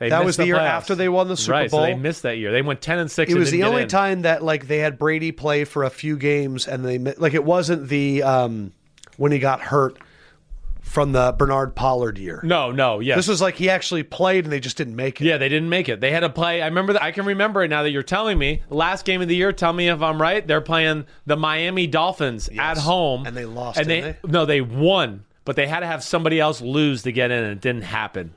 B: They
A: That
B: missed
A: was the year
B: playoffs.
A: after they won the Super
B: right, So they
A: Bowl.
B: missed that year. They went ten and six.
A: it
B: and
A: was
B: didn't
A: the
B: get
A: only
B: in.
A: time that like they had Brady play for a few games and they like it wasn't the um when he got hurt from the Bernard Pollard year.
B: No, no, yes.
A: This was like he actually played and they just didn't make it.
B: Yeah, they didn't make it. They had to play. I remember. That, I can remember it now that you're telling me. Last game of the year. Tell me if I'm right. They're playing the Miami Dolphins at home,
A: And they lost,
B: And
A: didn't they?
B: no, they won, but they had to have somebody else lose to get in, and it didn't happen.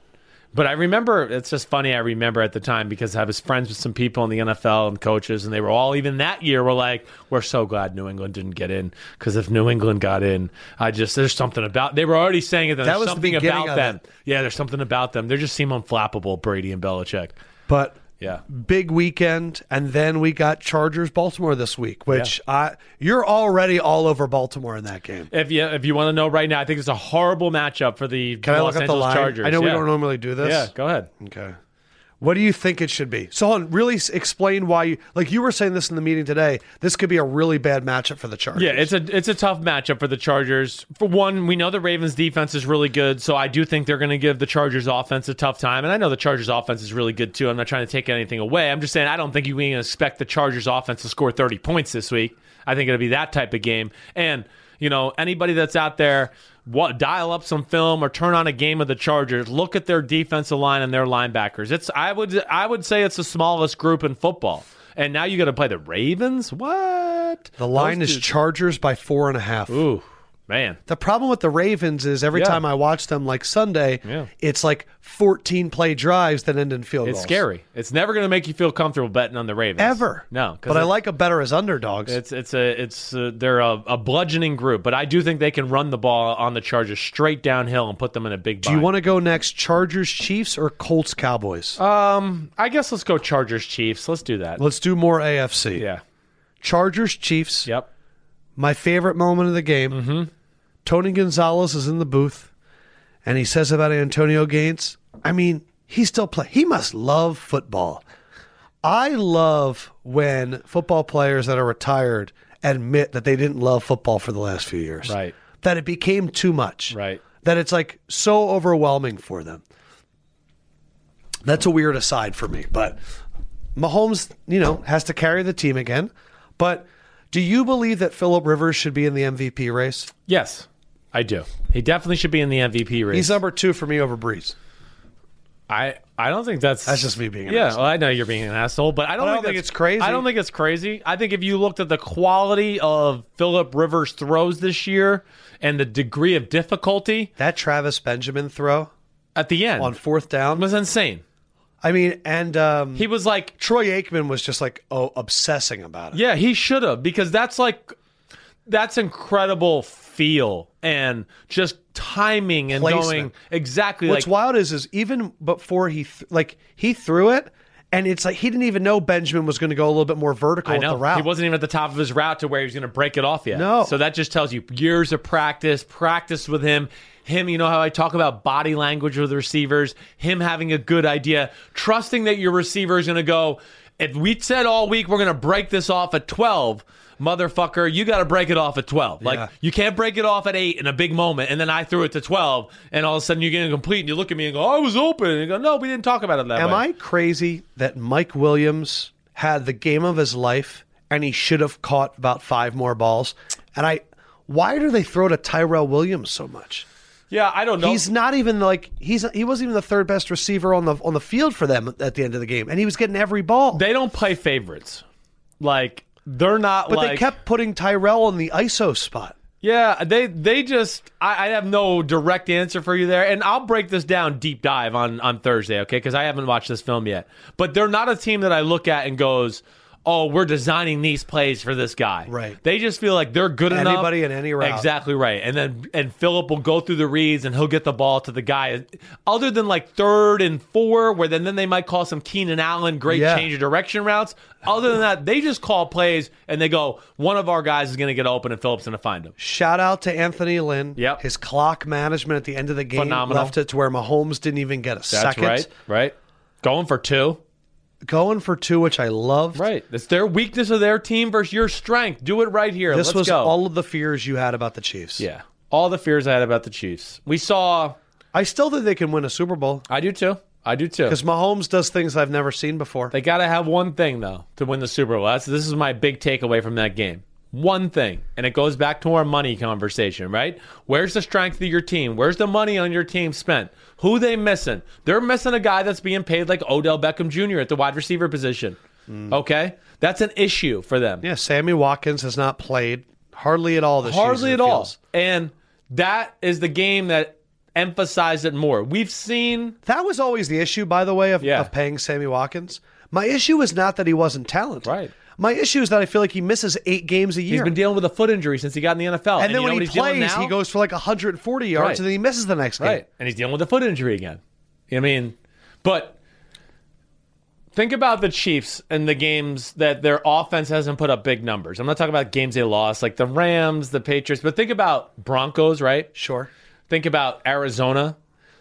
B: But I remember. It's just funny. I remember at the time because I was friends with some people in the NFL and coaches, and they were all even that year were like, "We're so glad New England didn't get in because if New England got in, I just there's something about." They were already saying it. That
A: was
B: there's
A: the
B: something
A: beginning
B: about
A: of
B: them.
A: it.
B: Yeah, there's something about them. They just seem unflappable, Brady and Belichick.
A: But
B: Yeah.
A: big weekend, and then we got Chargers Baltimore this week, which I you're already all over Baltimore in that game.
B: If you if you want to know right now, I think it's a horrible matchup for the
A: Can I
B: Los
A: look at the
B: Angeles
A: line?
B: Chargers.
A: I know we
B: Yeah.
A: don't normally do this.
B: Yeah, go ahead.
A: Okay. What do you think it should be? So, hold on, really s- explain why you like you were saying this in the meeting today. This could be a really bad matchup for the Chargers.
B: Yeah, it's a it's a tough matchup for the Chargers. For one, we know the Ravens defense is really good, so I do think they're going to give the Chargers offense a tough time. And I know the Chargers offense is really good too. I'm not trying to take anything away. I'm just saying I don't think you can expect the Chargers offense to score 30 points this week. I think it'll be that type of game. And you know anybody that's out there. What dial up some film or turn on a game of the Chargers? Look at their defensive line and their linebackers. It's I would I would say it's the smallest group in football. And now you got to play the Ravens. What
A: the line is Chargers by four and a half.
B: Ooh, man.
A: The problem with the Ravens is every
B: Yeah.
A: time I watch them, like Sunday,
B: Yeah.
A: it's like 14 play drives that end in field
B: It's
A: goals.
B: scary. It's never going to make you feel comfortable betting on the Ravens
A: Ever.
B: No,
A: But I
B: it-
A: like them better as underdogs.
B: It's it's a it's a, they're a, a bludgeoning group, but I do think they can run the ball on the Chargers straight downhill and put them in a big.
A: Do you want to go next Chargers, Chiefs, or Colts, Cowboys?
B: Uh, I guess let's go Chargers Chiefs. Let's do that.
A: Let's do more AFC.
B: yeah.
A: Chargers, Chiefs.
B: Yep.
A: my favorite moment of the game.
B: Mm-hmm.
A: Tony Gonzalez is in the booth, and he says about Antonio Gaines. I mean, he still play. He must love football. I love when football players that are retired admit that they didn't love football for the last few years.
B: Right.
A: That it became too much.
B: Right.
A: That it's like so overwhelming for them. That's a weird aside for me, but Mahomes, you know, has to carry the team again. But do you believe that Philip Rivers should be in the MVP race?
B: Yes, I do. He definitely should be in the MVP race.
A: He's number two for me over Breeze.
B: I I don't think that's
A: That's just me being an
B: yeah.
A: asshole.
B: Well, I know you're being an asshole, but I don't,
A: But I don't
B: think,
A: think
B: that's-
A: it's crazy.
B: I don't think it's crazy. I think if you looked at the quality of Philip Rivers throws this year and the degree of difficulty
A: That Travis Benjamin throw
B: at the end
A: on fourth down.
B: was insane.
A: I mean, and um,
B: He was like
A: Troy Aikman was just like oh, obsessing about it.
B: Yeah, he should have because that's like that's incredible feel and just timing and
A: Placement.
B: going exactly
A: What's
B: like
A: wild is is even before he th- like he threw it, and it's like he didn't even know Benjamin was going to go a little bit more vertical
B: I
A: with the
B: know
A: route.
B: he wasn't even at the top of his route to where he was going to break it off yet.
A: No.
B: so that just tells you years of practice, practice with him. Him, you know how I talk about body language with receivers, him having a good idea, trusting that your receiver is going to go. If we said all week we're going to break this off at 12, motherfucker, you got to break it off at 12. Like,
A: Yeah.
B: You can't break it off at eight in a big moment, and then I threw it to twelve, and all of a sudden you're getting complete, and you look at me and go, "I was open," and you go, "No, we didn't talk about it that
A: Am
B: way."
A: I crazy that Mike Williams had the game of his life and he should have caught about five more balls? And I, why do they throw to Tyrell Williams so much?
B: Yeah, I don't know.
A: He's not even like he's he wasn't even the third best receiver on the on the field for them at the end of the game, and he was getting every ball.
B: they don't play favorites, like they're not.
A: but
B: like,
A: they kept putting Tyrell in the ISO spot.
B: Yeah, they they just I, I have no direct answer for you there, and I'll break this down deep dive on on Thursday, okay? Because I haven't watched this film yet, but they're not a team that I look at and goes. Oh, we're designing these plays for this guy.
A: Right.
B: They just feel like they're good enough.
A: Anybody in any route.
B: Exactly right. And then and Philip will go through the reads and he'll get the ball to the guy. Other than like third and four, where then, then they might call some Keenan Allen great
A: Yeah.
B: change of direction routes. Other than that, they just call plays and they go, one of our guys is going to get open and Philip's going to find him.
A: Shout out to Anthony Lynn.
B: Yep.
A: His clock management at the end of the game
B: Phenomenal.
A: left it to where Mahomes didn't even get a
B: That's
A: second.
B: right. Right. Going for two.
A: Going for two, which I loved.
B: Right. It's their weakness of their team versus your strength. Do it right here.
A: This
B: Let's
A: was
B: go.
A: all of the fears you had about the Chiefs.
B: yeah. All the fears I had about the Chiefs. We saw.
A: I still think they can win a Super Bowl
B: I do too. I do too.
A: because Mahomes does things I've never seen before.
B: They got to have one thing though to win the Super Bowl. That's, this is my big takeaway from that game. one thing, and it goes back to our money conversation, right? Where's the strength of your team? Where's the money on your team spent? Who they missing? They're missing a guy that's being paid like Odell Beckham Jr. at the wide receiver position. Okay, that's an issue for them.
A: Yeah, Sammy Watkins has not played hardly at all this
B: Hardly
A: season,
B: at
A: it
B: all.
A: feels.
B: And that is the game that emphasized it more. We've seen
A: That was always the issue, by the way, of,
B: Yeah.
A: of paying Sammy Watkins. My issue is not that he wasn't talented.
B: Right.
A: My issue is that I feel like he misses eight games a year.
B: he's been dealing with a foot injury since he got in the NFL.
A: and, then
B: you know
A: when
B: what
A: he
B: he's dealing
A: plays,
B: now?
A: he goes for like 140 yards
B: Right.
A: and then he misses the next game.
B: Right. And he's dealing with a foot injury again. You know what I mean? But think about the Chiefs and the games that their offense hasn't put up big numbers. I'm not talking about games they lost, like the Rams, the Patriots, but think about Broncos, right?
A: Sure.
B: Think about Arizona.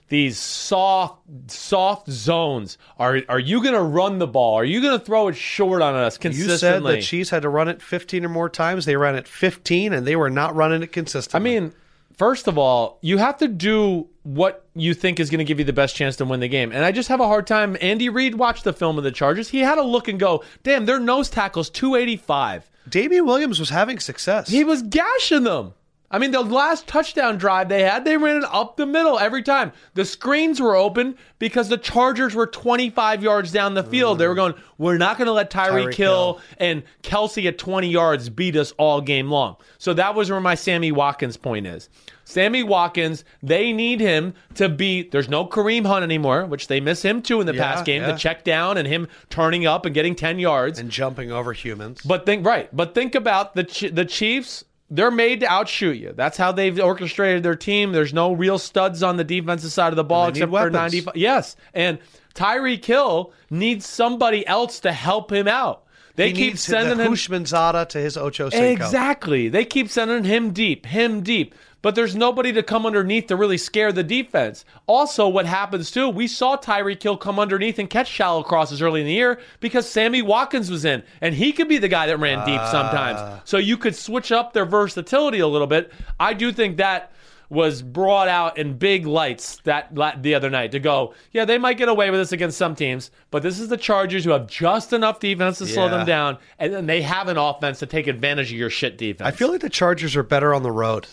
B: These soft, soft zones. Are are you going to run the ball? Are you going to throw it short on us
A: You
B: consistently?
A: said the Chiefs had to run it 15 or more times. They ran it 15 and they were not running it
B: I
A: consistently.
B: mean, first of all, you have to do what you think is going to give you the best chance to win the game. And I just have a hard time. Andy Reid watched the film of the Chargers. He had a look and go, damn, their nose tackles 285.
A: Damian Williams was having success.
B: He was gashing them. I mean, the last touchdown drive they had, they ran it up the middle every time. The screens were open because the Chargers were 25 yards down the field. They were going, we're not going to let Tyreek
A: Mm. Tyreek
B: Hill
A: Hill.
B: and Kelsey at 20 yards beat us all game long. So that was where my Sammy Watkins point is. Sammy Watkins, they need him to be. There's no Kareem Hunt anymore, which they miss him too in the
A: Yeah,
B: past game.
A: yeah.
B: The check down and him turning up and getting 10 yards.
A: and jumping over humans.
B: But think right. But think about the Chi- the Chiefs. They're made to outshoot you. That's how they've orchestrated their team. There's no real studs on the defensive side of the ball
A: And they need
B: except for
A: weapons.
B: 95. Yes, and Tyree Kill needs somebody else to help him out. They
A: he
B: keep
A: needs
B: sending
A: the
B: him
A: Hushmanzada to his Ocho Cinco.
B: Exactly. They keep sending him deep, him deep. But there's nobody to come underneath to really scare the defense. Also, what happens too, we saw Tyreek Hill come underneath and catch shallow crosses early in the year because Sammy Watkins was in, and he could be the guy that ran deep sometimes. So you could switch up their versatility a little bit. I do think that was brought out in big lights that la- the other night to go, yeah, they might get away with this against some teams, but this is the Chargers who have just enough defense to slow
A: Yeah.
B: them down down, and then they have an offense to take advantage of your shit defense.
A: I feel like the Chargers are better on the road.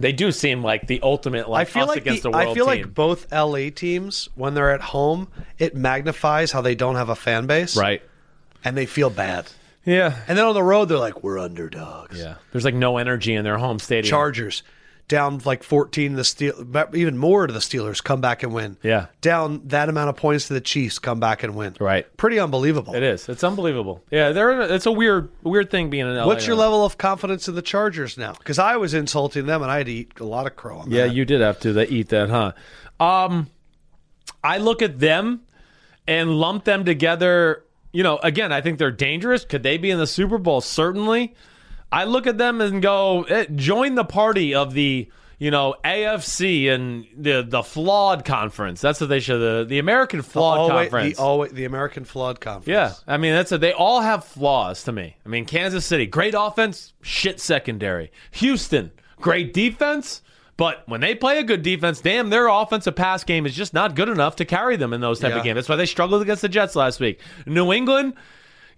B: they do seem like the ultimate like
A: I feel
B: us
A: like
B: against
A: the-
B: the world
A: I feel
B: team.
A: like both LA teams when they're at home, it magnifies how they don't have a fan base,
B: right?
A: And they feel bad.
B: Yeah,
A: And then on the road, they're like, "We're underdogs."
B: yeah. There's like no energy in their home stadium.
A: Chargers down like 14 to the Steel, but even more to the Steelers, come back and win.
B: Yeah.
A: down that amount of points to the Chiefs, come back and win.
B: Right.
A: pretty unbelievable.
B: It is. It's unbelievable. Yeah, they're. in a- It's a weird, weird thing being in LA.
A: What's your
B: right
A: level of confidence in the Chargers now? Because I was insulting them, and I had to eat a lot of crow on
B: now. Yeah,
A: that.
B: you did have to eat that, huh? Um, I look at them and lump them together. You know, again, I think they're dangerous. Could they be in the Super Bowl? Certainly. I look at them and go, eh, join the party of the you know AFC and the the flawed conference. That's what they should the the American flawed
A: always,
B: conference.
A: Oh, the always the American Flood Conference.
B: yeah, I mean that's it. They all have flaws to me. I mean Kansas City, great offense, shit secondary. Houston, great defense, but when they play a good defense, damn, their offensive pass game is just not good enough to carry them in those type
A: Yeah.
B: of games. That's why they struggled against the Jets last week. New England,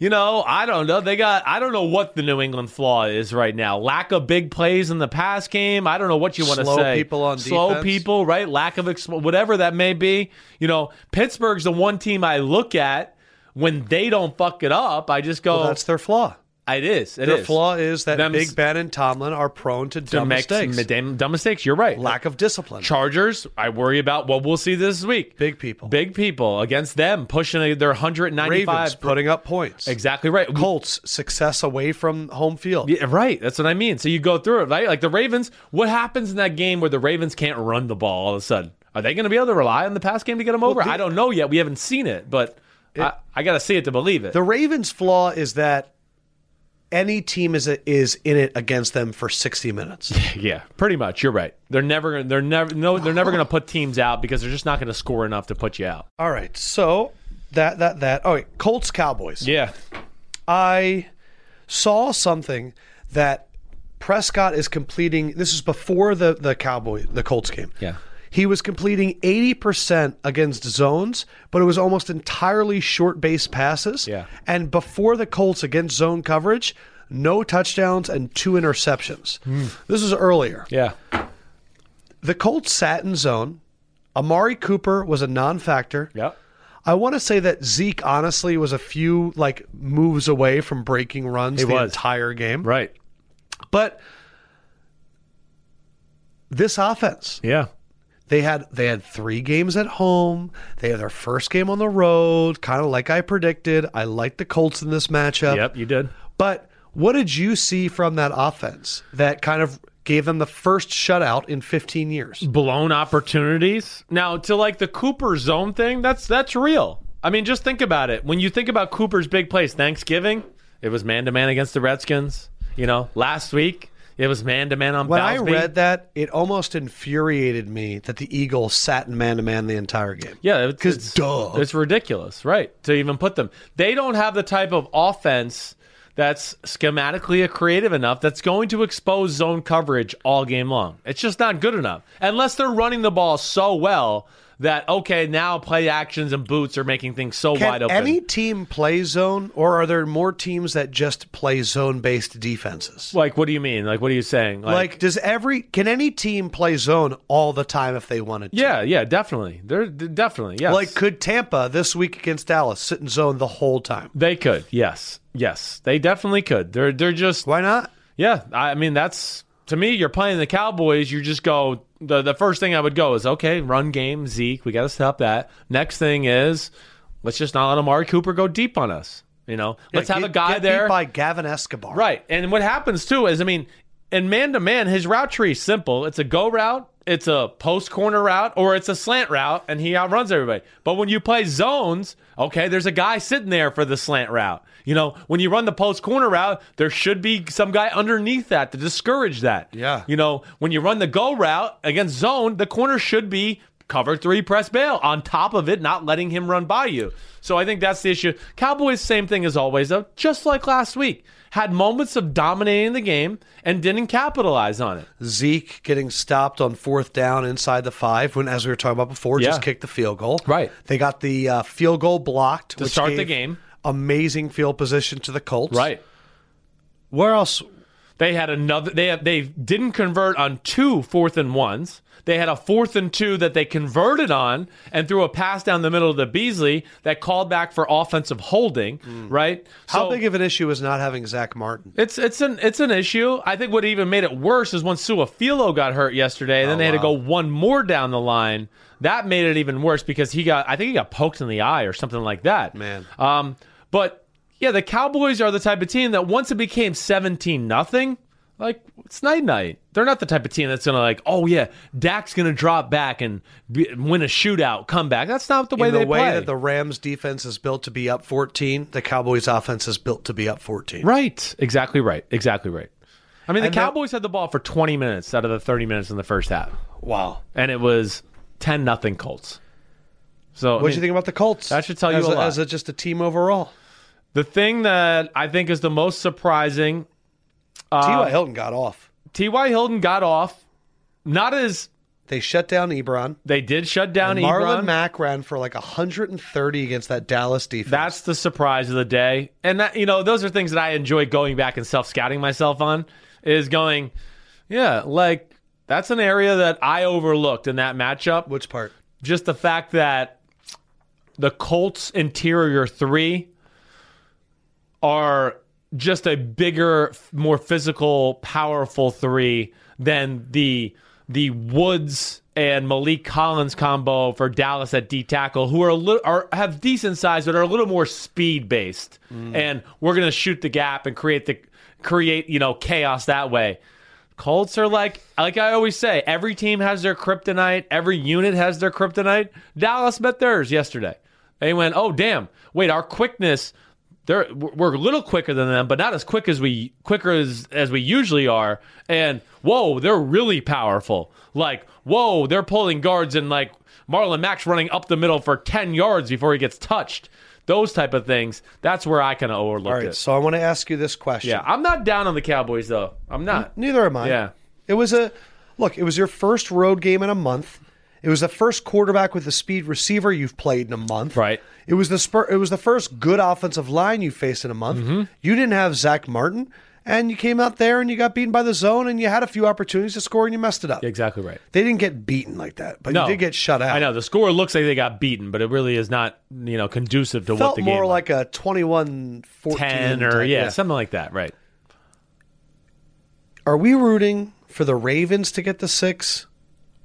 B: you know, I don't know. They got I don't know what the New England flaw is right now. Lack of big plays in the pass game. I don't know what you want to
A: Slow
B: say.
A: people on
B: slow
A: defense.
B: people, right? Lack of exp- whatever that may be. You know, Pittsburgh's the one team I look at when they don't fuck it up. I just go,
A: Well, that's their flaw.
B: it is. It
A: Their
B: is.
A: flaw is that
B: Them
A: Big Ben and Tomlin are prone to
B: to
A: dumb
B: make
A: mistakes,
B: Dumb, dumb mistakes. You're right.
A: lack of discipline.
B: Chargers. I worry about what we'll see this week.
A: Big people,
B: Big people against them pushing their 195
A: Ravens putting up points.
B: exactly right.
A: Colts success away from home field.
B: Yeah, right. That's what I mean. So you go through it, right? Like the Ravens, what happens in that game where the Ravens can't run the ball all of a sudden? Are they going to be able to rely on the pass game to get them over?
A: the-
B: I don't know yet. We haven't seen it, but I, I got to see it to believe it.
A: The Ravens' flaw is that any team is is in it against them for sixty minutes.
B: yeah, pretty much. You're right. They're never going. They're never. No, they're never going to put teams out because they're just not going to score enough to put you out.
A: All right, so that that that. All right, Colts Cowboys.
B: Yeah.
A: I saw something that Prescott is completing. This is before the the Cowboy the Colts game.
B: Yeah.
A: He was completing 80% against zones, but it was almost entirely short base passes.
B: Yeah.
A: And before the Colts against zone coverage, no touchdowns and two interceptions. This was earlier.
B: Hmm. Yeah.
A: The Colts sat in zone. Amari Cooper was a non-factor.
B: Yep.
A: I want to say that Zeke honestly was a few like moves away from breaking runs the
B: was.
A: entire game.
B: Right.
A: But this offense,
B: Yeah.
A: they had they had three games at home. They had their first game on the road, kind of like I predicted. I like the Colts in this matchup.
B: Yep. You did.
A: But what did you see from that offense that kind of gave them the first shutout in 15 years?
B: blown opportunities. Now to like the Cooper zone thing, that's that's real. I mean, just think about it. When you think about Cooper's big plays, Thanksgiving, it was man to man against the Redskins. You know, last week it was man to man on.
A: When I
B: Ballsby.
A: read that, it almost infuriated me that the Eagles sat in man to man the entire game.
B: Yeah, it's-
A: 'Cause
B: it's-
A: duh.
B: it's ridiculous, right? To even put them, they don't have the type of offense that's schematically creative enough that's going to expose zone coverage all game long. It's just not good enough unless they're running the ball so well that okay, now play actions and boots are making things so
A: Can
B: wide open.
A: any team play zone, or are there more teams that just play zone based defenses?
B: like, what do you mean? Like, what are you saying?
A: like, does every can any team play zone all the time if they wanted to?
B: yeah, yeah, definitely. They're d- definitely yes.
A: Like, could Tampa this week against Dallas sit in zone the whole time?
B: they could, yes, yes, they definitely could. They're they're just
A: Why not?
B: Yeah, I mean that's to me. You're playing the Cowboys. You just go the the first thing I would go is okay, run game Zeke. We got to stop that. Next thing is let's just not let Amari Cooper go deep on us. You know, let's have
A: Get-
B: a guy
A: get beat
B: there.
A: by Gavin Escobar.
B: Right. And what happens too is, I mean, in man to man, his route tree is simple. It's a go route, it's a post corner route, or it's a slant route, and he outruns everybody. But when you play zones, okay, there's a guy sitting there for the slant route. You know, when you run the post corner route, there should be some guy underneath that to discourage that.
A: Yeah.
B: You know, when you run the go route against zone, the corner should be cover three press bail on top of it, not letting him run by you. So I think that's the issue. Cowboys, same thing as always, though, just like last week, had moments of dominating the game and didn't capitalize on it.
A: Zeke getting stopped on fourth down inside the five when, as we were talking about before, just
B: Yeah.
A: kicked the field goal.
B: Right.
A: They got the uh, field goal blocked to
B: start the game.
A: Amazing field position to the Colts. Where else?
B: They had another. They have, they didn't convert on two fourth and ones. They had a fourth and two that they converted on and threw a pass down the middle to Beasley that called back for offensive holding. Right?
A: Mm. How big of an issue is not having Zach Martin?
B: It's it's an it's an issue. I think what even made it worse is when Suafilo got hurt yesterday,
A: Oh,
B: and then they had to go one more down the line. That made it even worse because he got I think he got poked in the eye or something like that.
A: Man.
B: Um, but yeah, the Cowboys are the type of team that once it became seventeen nothing, like it's night night. They're not the type of team that's gonna like, oh yeah, Dak's gonna drop back and be, win a shootout, come back. That's not the way
A: In the
B: they
A: way
B: play.
A: that the Rams defense is built to be up 14, the Cowboys offense is built to be up 14.
B: Right. Exactly right. Exactly right. I mean, the
A: And that-
B: Cowboys had the ball for 20 minutes out of the 30 minutes in the first half,
A: Wow.
B: and it was 10 nothing Colts. So I
A: What do
B: mean,
A: you think about the Colts?
B: That should tell you
A: as
B: a lot.
A: As a, just a team overall.
B: the thing that I think is the most surprising, Uh,
A: T.Y. Hilton got off.
B: T.Y. Hilton got off. Not as
A: They shut down Ebron.
B: they did shut down
A: Marlon
B: Ebron.
A: Mack ran for like 130 against that Dallas defense.
B: That's the surprise of the day. And that you know, those are things that I enjoy going back and self scouting myself on is going, yeah, like that's an area that I overlooked in that matchup.
A: which part?
B: just the fact that the Colts interior three are just a bigger, f- more physical, powerful three than the the Woods and Malik Collins combo for Dallas at D tackle, who are, a lit- are have decent size but are a little more speed based, and we're gonna shoot the gap and create the create you know chaos that way. Colts are like, like I always say, every team has their kryptonite. Every unit has their kryptonite. Dallas met theirs yesterday. They went, oh damn, wait, our quickness, they're we're a little quicker than them, but not as quick as we quicker as as we usually are. And whoa, they're really powerful. Like whoa, they're pulling guards and like Marlon Mack's running up the middle for ten yards before he gets touched. Those type of things. That's where I kind of overlooked
A: All right,
B: it.
A: so I want to ask you this question.
B: Yeah, I'm not down on the Cowboys though. I'm not.
A: Neither am I.
B: Yeah.
A: It was a look, it was your first road game in a month. It was the first quarterback with a speed receiver you've played in a month.
B: Right. Mm-hmm.
A: It was the spur, it was the first good offensive line you faced in a month. You didn't have Zach Martin, and you came out there and you got beaten by the zone and you had a few opportunities to score and you messed it up.
B: Exactly right.
A: They didn't get beaten like that, but
B: No.
A: you did get shut out.
B: I know the score looks like they got beaten, but it really is not, you know, conducive to what
A: Felt
B: the
A: more
B: game
A: like a 21 14
B: ten or yeah, something like that, right?
A: Are we rooting for the Ravens to get the six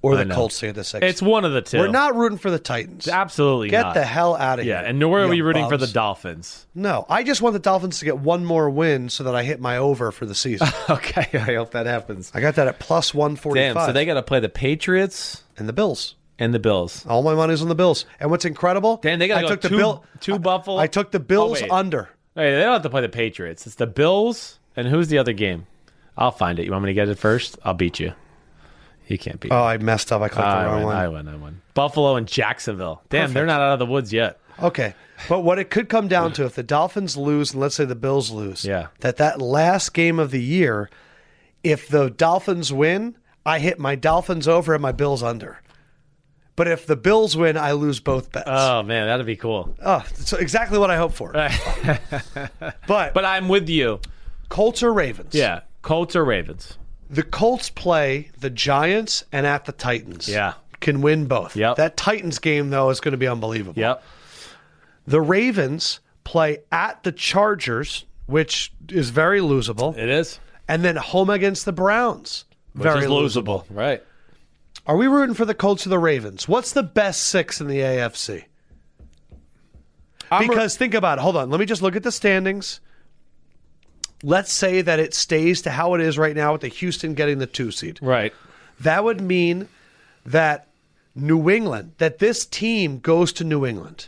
A: or the
B: know.
A: Colts to get the six?
B: It's one of the 2
A: We're not rooting for the Titans.
B: absolutely
A: Get
B: not.
A: the hell out of
B: yeah,
A: here.
B: and nor are
A: you
B: we rooting for the
A: bums.
B: Dolphins.
A: No, I just want the Dolphins to get one more win so that I hit my over for the season.
B: Okay, I hope that happens.
A: I got that at plus 145.
B: Damn, so they got to play the Patriots
A: and the Bills.
B: and the Bills.
A: All my money's on the Bills. And what's incredible?
B: Damn, they gotta
A: I
B: go
A: took the
B: two-
A: Bill,
B: two
A: I-
B: Buffalo-
A: I took the Bills
B: Oh, wait.
A: under.
B: Hey, they don't have to play the Patriots. It's the Bills and who's the other game? I'll find it. You want me to get it first? I'll beat you. You can't beat. me.
A: Oh, I messed up. I clicked the
B: Ah, I,
A: wrong
B: win,
A: one.
B: I win. I win. Buffalo and Jacksonville. Damn, they're not out of the woods yet.
A: Okay. But what it could come down to if the Dolphins lose and let's say the Bills lose,
B: Yeah.
A: that that last game of the year, if the Dolphins win, I hit my Dolphins over and my Bills under. But if the Bills win, I lose both bets.
B: Oh man, that'd be cool.
A: oh, so exactly what I hope for. but,
B: But I'm with you.
A: Colts or Ravens?
B: Yeah, Colts or Ravens.
A: The Colts play the Giants and at the Titans.
B: Yeah.
A: Can win both.
B: Yep.
A: That Titans game though is going to be unbelievable.
B: Yep.
A: The Ravens play at the Chargers, which is very losable,
B: It is.
A: and then home against the Browns. very
B: is
A: losable.
B: Right.
A: Are we rooting for the Colts or the Ravens? What's the best six in the AFC? because think about it. Hold on. Let me just look at the standings. Let's say that it stays to how it is right now with the Houston getting the two seed.
B: right.
A: That would mean that New England, that this team goes to New England.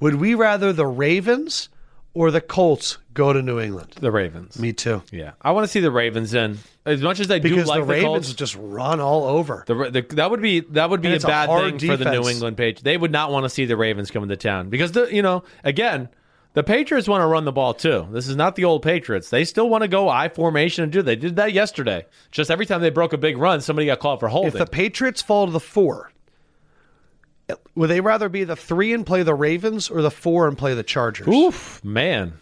A: Would we rather the Ravens or the Colts go to New England?
B: The Ravens.
A: Me too.
B: Yeah. I want to see the Ravens in. As much as I do
A: Because
B: like
A: the
B: the,
A: Ravens
B: Colts,
A: just run all over.
B: the, Ra- the, that would be that would be
A: And
B: a
A: it's a
B: bad thing
A: hard
B: for the New
A: defense.
B: England Patriots. They would not want to see the Ravens come into town because the you know again the Patriots want to run the ball too. This is not the old Patriots. They still want to go I formation and do. They did that yesterday. Just every time they broke a big run, somebody got called for holding.
A: if the Patriots fall to the four, would they rather be the three and play the Ravens or the four and play the Chargers?
B: Oof, man.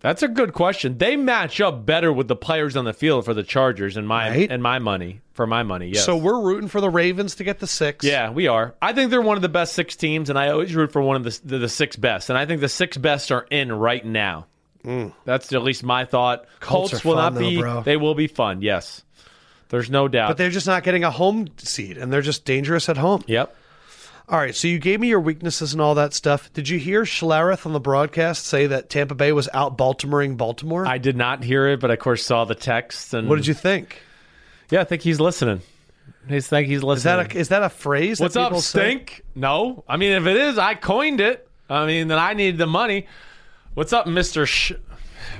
B: That's a good question. They match up better with the players on the field for the Chargers and my
A: Right?
B: and my money for my money. Yes.
A: So we're rooting for the Ravens to get the six.
B: yeah, we are. I think they're one of the best six teams, and I always root for one of the the, the six best. And I think the six best are in right now. That's at least my
A: Mm.
B: thought.
A: Colts
B: Colts,
A: are
B: will
A: fun,
B: not
A: though,
B: be.
A: bro.
B: They will be fun. Yes, there's no doubt.
A: But they're just not getting a home seed and they're just dangerous at home.
B: yep.
A: All right, so you gave me your weaknesses and all that stuff. Did you hear Schlereth on the broadcast say that Tampa Bay was out Baltimoring Baltimore?
B: I did not hear it, but I, of course saw the text. And
A: what did you think?
B: Yeah, I think he's listening. I think he's listening.
A: Is that a, is that a phrase? that
B: What's up,
A: people say?
B: stink? No, I mean if it is, I coined it. I mean then I need the money. What's up, Mister? Sh-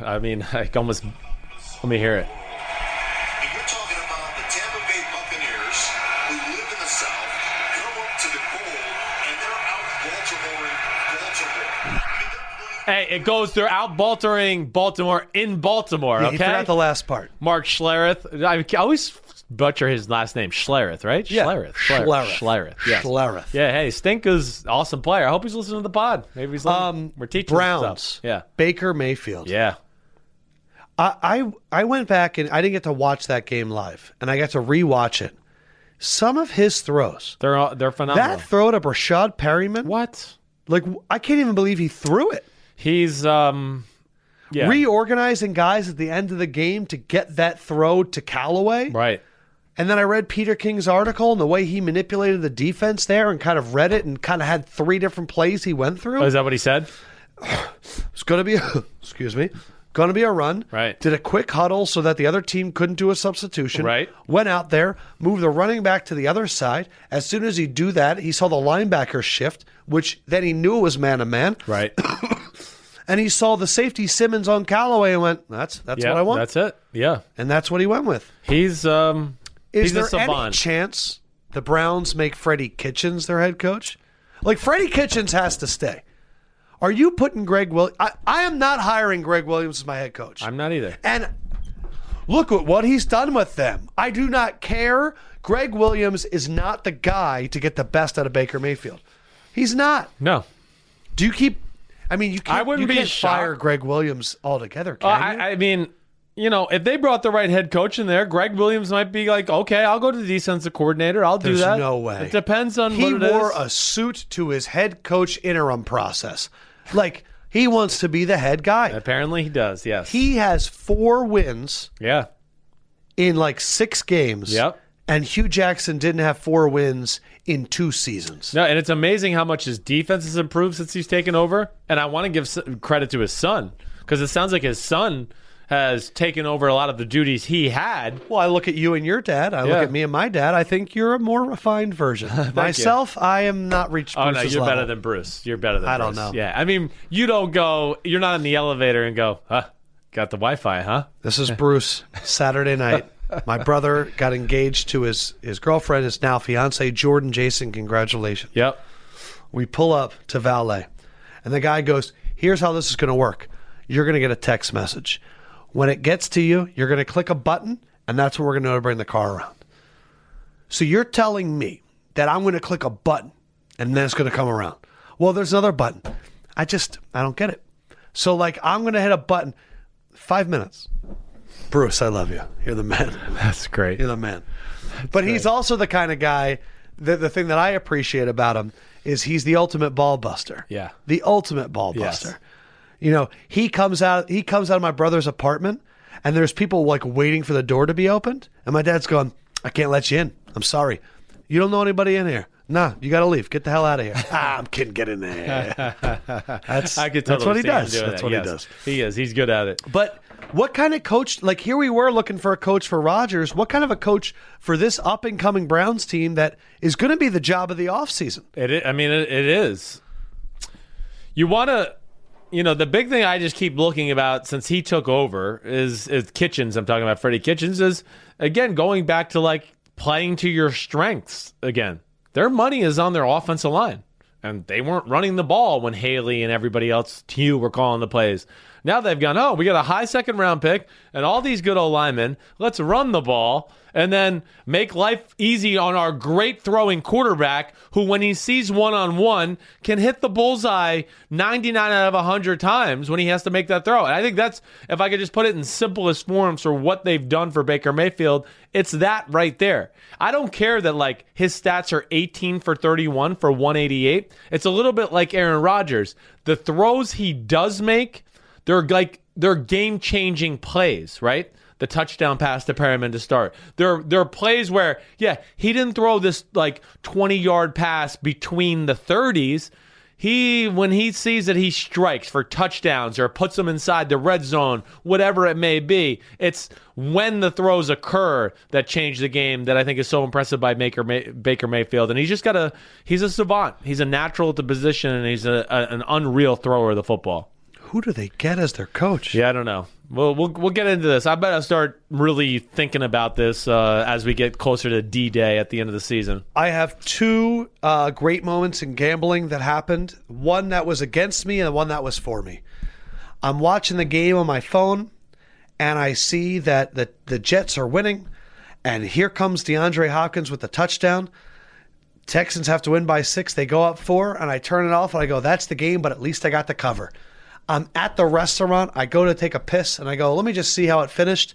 B: I mean, I almost. Let me hear it.
D: And you're talking about the Tampa Bay Buccaneers, who live in the South, come up to the cold, and they're out Baltimore Baltimore. I mean, they're playing
B: Hey, it goes. They're out Baltimore, Baltimore in Baltimore.
A: Yeah,
B: okay,
A: He forgot the last part.
B: Mark Schlereth. I I always butcher his last name, Schlereth, right?
A: Yeah.
B: Schlereth.
A: Schlereth.
B: Schlereth. Yes.
A: Schlereth.
B: Yeah. Hey, Stink is awesome player. I hope he's listening to the pod. Maybe he's. listening.
A: Um,
B: We're teaching him stuff.
A: Browns.
B: Yeah.
A: Baker Mayfield.
B: Yeah.
A: I, I I went back and I didn't get to watch that game live, and I got to rewatch it. Some of his throws.
B: They're all, they're phenomenal.
A: That throw to Brashad Perryman,
B: Uh-huh. what?
A: like I can't even believe he threw it.
B: He's um. Yeah.
A: Reorganizing guys at the end of the game to get that throw to Callaway.
B: right.
A: And then I read Peter King's article and the way he manipulated the defense there and kind of read it and kind of had three different plays he went through.
B: Oh, is that what he said?
A: It's going to be, excuse me, going to be a run.
B: Right.
A: Did a quick huddle so that the other team couldn't do a substitution.
B: Right.
A: Went out there, moved the running back to the other side. As soon as he do that, he saw the linebacker shift, which then he knew it was man to man.
B: Right.
A: And he saw the safety Simmons on Callaway and went, "That's that's
B: yeah.
A: what I want,"
B: That's it. Yeah.
A: and that's what he went with.
B: He's um
A: Is
B: he's
A: there
B: a
A: any
B: savant.
A: chance the Browns make Freddie Kitchens their head coach? Like Freddie Kitchens has to stay. Are you putting Greg Williams? I, I am not hiring Greg Williams as my head coach.
B: I'm not either.
A: and look at what he's done with them. I do not care. Greg Williams is not the guy to get the best out of Baker Mayfield. He's not.
B: No.
A: Do you keep? I mean, you can't.
B: I wouldn't
A: you
B: be
A: can't fire
B: shocked.
A: Greg Williams altogether. Can
B: Uh,
A: you?
B: I, I mean you know, if they brought the right head coach in there, Greg Williams might be like, okay, I'll go to the defensive coordinator. I'll
A: There's
B: do that.
A: no way.
B: It depends on
A: He
B: what it is.
A: wore a suit to his head coach interim process. Like he wants to be the head guy.
B: Apparently he does. Yes.
A: He has four wins
B: yeah.
A: in like six games.
B: Yep.
A: And Hugh Jackson didn't have four wins in two seasons.
B: No, and it's amazing how much his defense has improved since he's taken over. And I want to give s- credit to his son because it sounds like his son has taken over a lot of the duties he had.
A: Well, I look at you and your dad. I
B: Yeah.
A: look at me and my dad. I think you're a more refined version. Myself, I am not reached.
B: Oh no,
A: Bruce's
B: you're
A: level.
B: better than Bruce. You're better than
A: I don't
B: Bruce.
A: know.
B: Yeah, I mean, you don't go. You're not in the elevator and go, huh? Got the Wi-Fi, huh?
A: This is Bruce. Saturday night, my brother got engaged to his his girlfriend, his now fiance Jordan Jason. Congratulations.
B: Yep.
A: We pull up to valet, and the guy goes, "Here's how this is going to work. You're going to get a text message. When it gets to you, you're going to click a button, and that's what we're going to bring the car around." So you're telling me that I'm going to click a button, and then it's going to come around. Well, there's another button. I just I don't get it. So like I'm going to hit a button. Five minutes. Bruce, I love you. You're the man.
B: That's great.
A: You're the man. but he's also the kind of guy that the thing that I appreciate about him is he's the ultimate ball buster.
B: Yeah.
A: The ultimate ball
B: Yes.
A: buster. You know, he comes out he comes out of my brother's apartment and there's people like waiting for the door to be opened and my dad's going, I can't let you in. I'm sorry. You don't know anybody in here. Nah, you gotta leave. Get the hell out of here. ah, I'm kidding, get in there. That's,
B: I could
A: that's
B: totally
A: what he
B: see him
A: does.
B: doing
A: That's
B: that.
A: what
B: Yes.
A: he does.
B: He is. He's good at it.
A: But what kind of coach? Like here we were looking for a coach for Rodgers. What kind of a coach for this up and coming Browns team that is going to be the job of the offseason?
B: It. i- I mean, it, it is. You want to, you know, the big thing I just keep looking about since he took over is is Kitchens. I'm talking about Freddie Kitchens. Is again going back to like playing to your strengths again. Their money is on their offensive line, and they weren't running the ball when Haley and everybody else, Hugh, were calling the plays. Now they've gone, oh, we got a high second round pick and all these good old linemen. Let's run the ball and then make life easy on our great throwing quarterback who, when he sees one on one, can hit the bullseye 99 out of 100 times when he has to make that throw. And I think that's, if I could just put it in simplest forms for what they've done for Baker Mayfield, it's that right there. I don't care that, like, his stats are 18 for 31 for 188. It's a little bit like Aaron Rodgers. The throws he does make, they're like they're game changing plays, right? The touchdown pass to Perryman to start. There, there are plays where, yeah, he didn't throw this like 20 yard pass between the 30s. He, when he sees that he strikes for touchdowns or puts them inside the red zone, whatever it may be, it's when the throws occur that change the game that I think is so impressive by Baker, May- Baker Mayfield. And he's just got a, he's a savant. He's a natural at the position and he's a, a, an unreal thrower of the football.
A: Who do they get as their coach?
B: Yeah, I don't know. We'll we'll, we'll get into this. I bet I start really thinking about this uh, as we get closer to D Day at the end of the season.
A: I have two uh, great moments in gambling that happened one that was against me and one that was for me. I'm watching the game on my phone and I see that the, the Jets are winning. And here comes DeAndre Hopkins with the touchdown. Texans have to win by six. They go up four, and I turn it off and I go, that's the game, but at least I got the cover. I'm at the restaurant. I go to take a piss and I go, let me just see how it finished.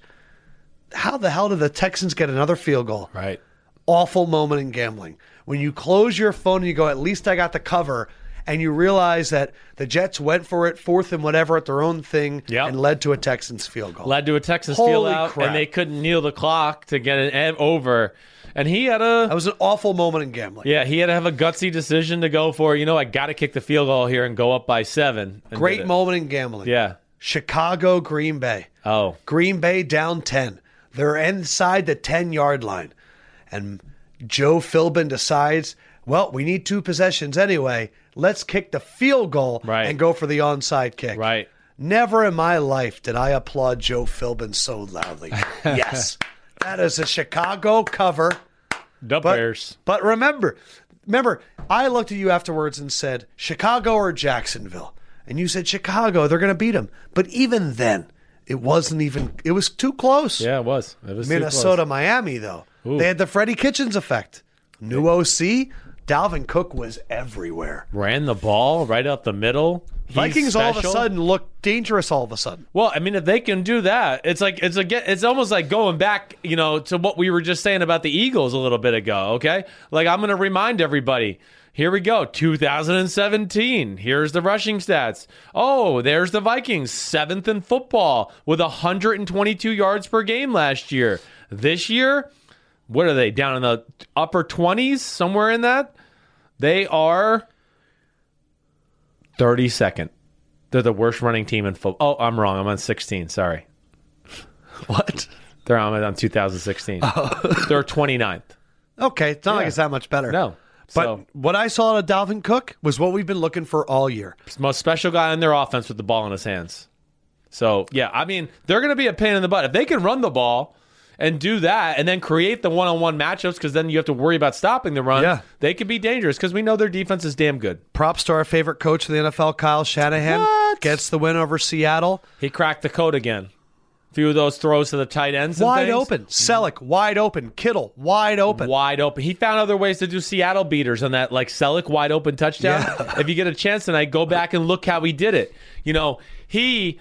A: How the hell did the Texans get another field goal?
B: Right.
A: awful moment in gambling when you close your phone and you go at least i got the cover and you realize that the jets went for it fourth and whatever at their own thing
B: Yep.
A: and led to a texans field goal
B: Led to a Texas
A: Holy
B: steal
A: crap.
B: and they couldn't kneel the clock to get it ev- over. And he had a
A: that was an awful moment in gambling
B: yeah, he had to have a gutsy decision to go for. You know, I got to kick the field goal here and go up by seven. and did
A: great
B: it.
A: moment in gambling
B: Yeah.
A: chicago green bay
B: Oh,
A: green bay down 10 they're inside the 10 yard line and joe philbin decides well we need two possessions anyway let's kick the field goal
B: Right.
A: and go for the onside kick
B: right.
A: Never in my life did I applaud Joe Philbin so loudly. yes, that is a Chicago cover.
B: The
A: But,
B: Bears.
A: but remember, remember, I looked at you afterwards and said, Chicago or Jacksonville? And you said, Chicago, they're going to beat them. But even then, it wasn't even, it was too close.
B: Yeah, it was. It was too close.
A: Minnesota, Miami, though. They had the Freddie Kitchens effect. New OC, Dalvin Cook was everywhere.
B: ran the ball right up the middle.
A: Vikings all of a
B: special.
A: sudden look dangerous all of a sudden.
B: Well, I mean, if they can do that, it's like it's again, it's almost like going back, you know, to what we were just saying about the Eagles a little bit ago. Okay, like I'm going to remind everybody. Here we go, 2017. Here's the rushing stats. Oh, there's the Vikings, seventh in football with 122 yards per game last year. This year, what are they down in the upper 20s, somewhere in that? They are 32nd. They're the worst running team in football. Oh, I'm wrong. I'm on 16. Sorry.
A: What?
B: They're on, on 2016.
A: Oh.
B: They're 29th.
A: Okay, it's not like
B: Yeah.
A: it's that much better.
B: No.
A: But
B: so,
A: what I saw out of Dalvin Cook was what we've been looking for all year.
B: most special guy in their offense with the ball in his hands. So, yeah, I mean, they're going to be a pain in the butt. If they can run the ball and do that and then create the one on one matchups because then you have to worry about stopping the run,
A: Yeah.
B: they could be dangerous because we know their defense is damn good.
A: Props to our favorite coach in the NFL, Kyle Shanahan,
B: What?
A: gets the win over Seattle.
B: He cracked the code again. A few of those throws to the tight ends. and
A: wide
B: things.
A: open. Selleck, wide open. Kittle, wide open.
B: Wide open. He found other ways to do Seattle beaters on that like Selleck wide open touchdown. if you get a chance tonight, go back and look how he did it. You know, he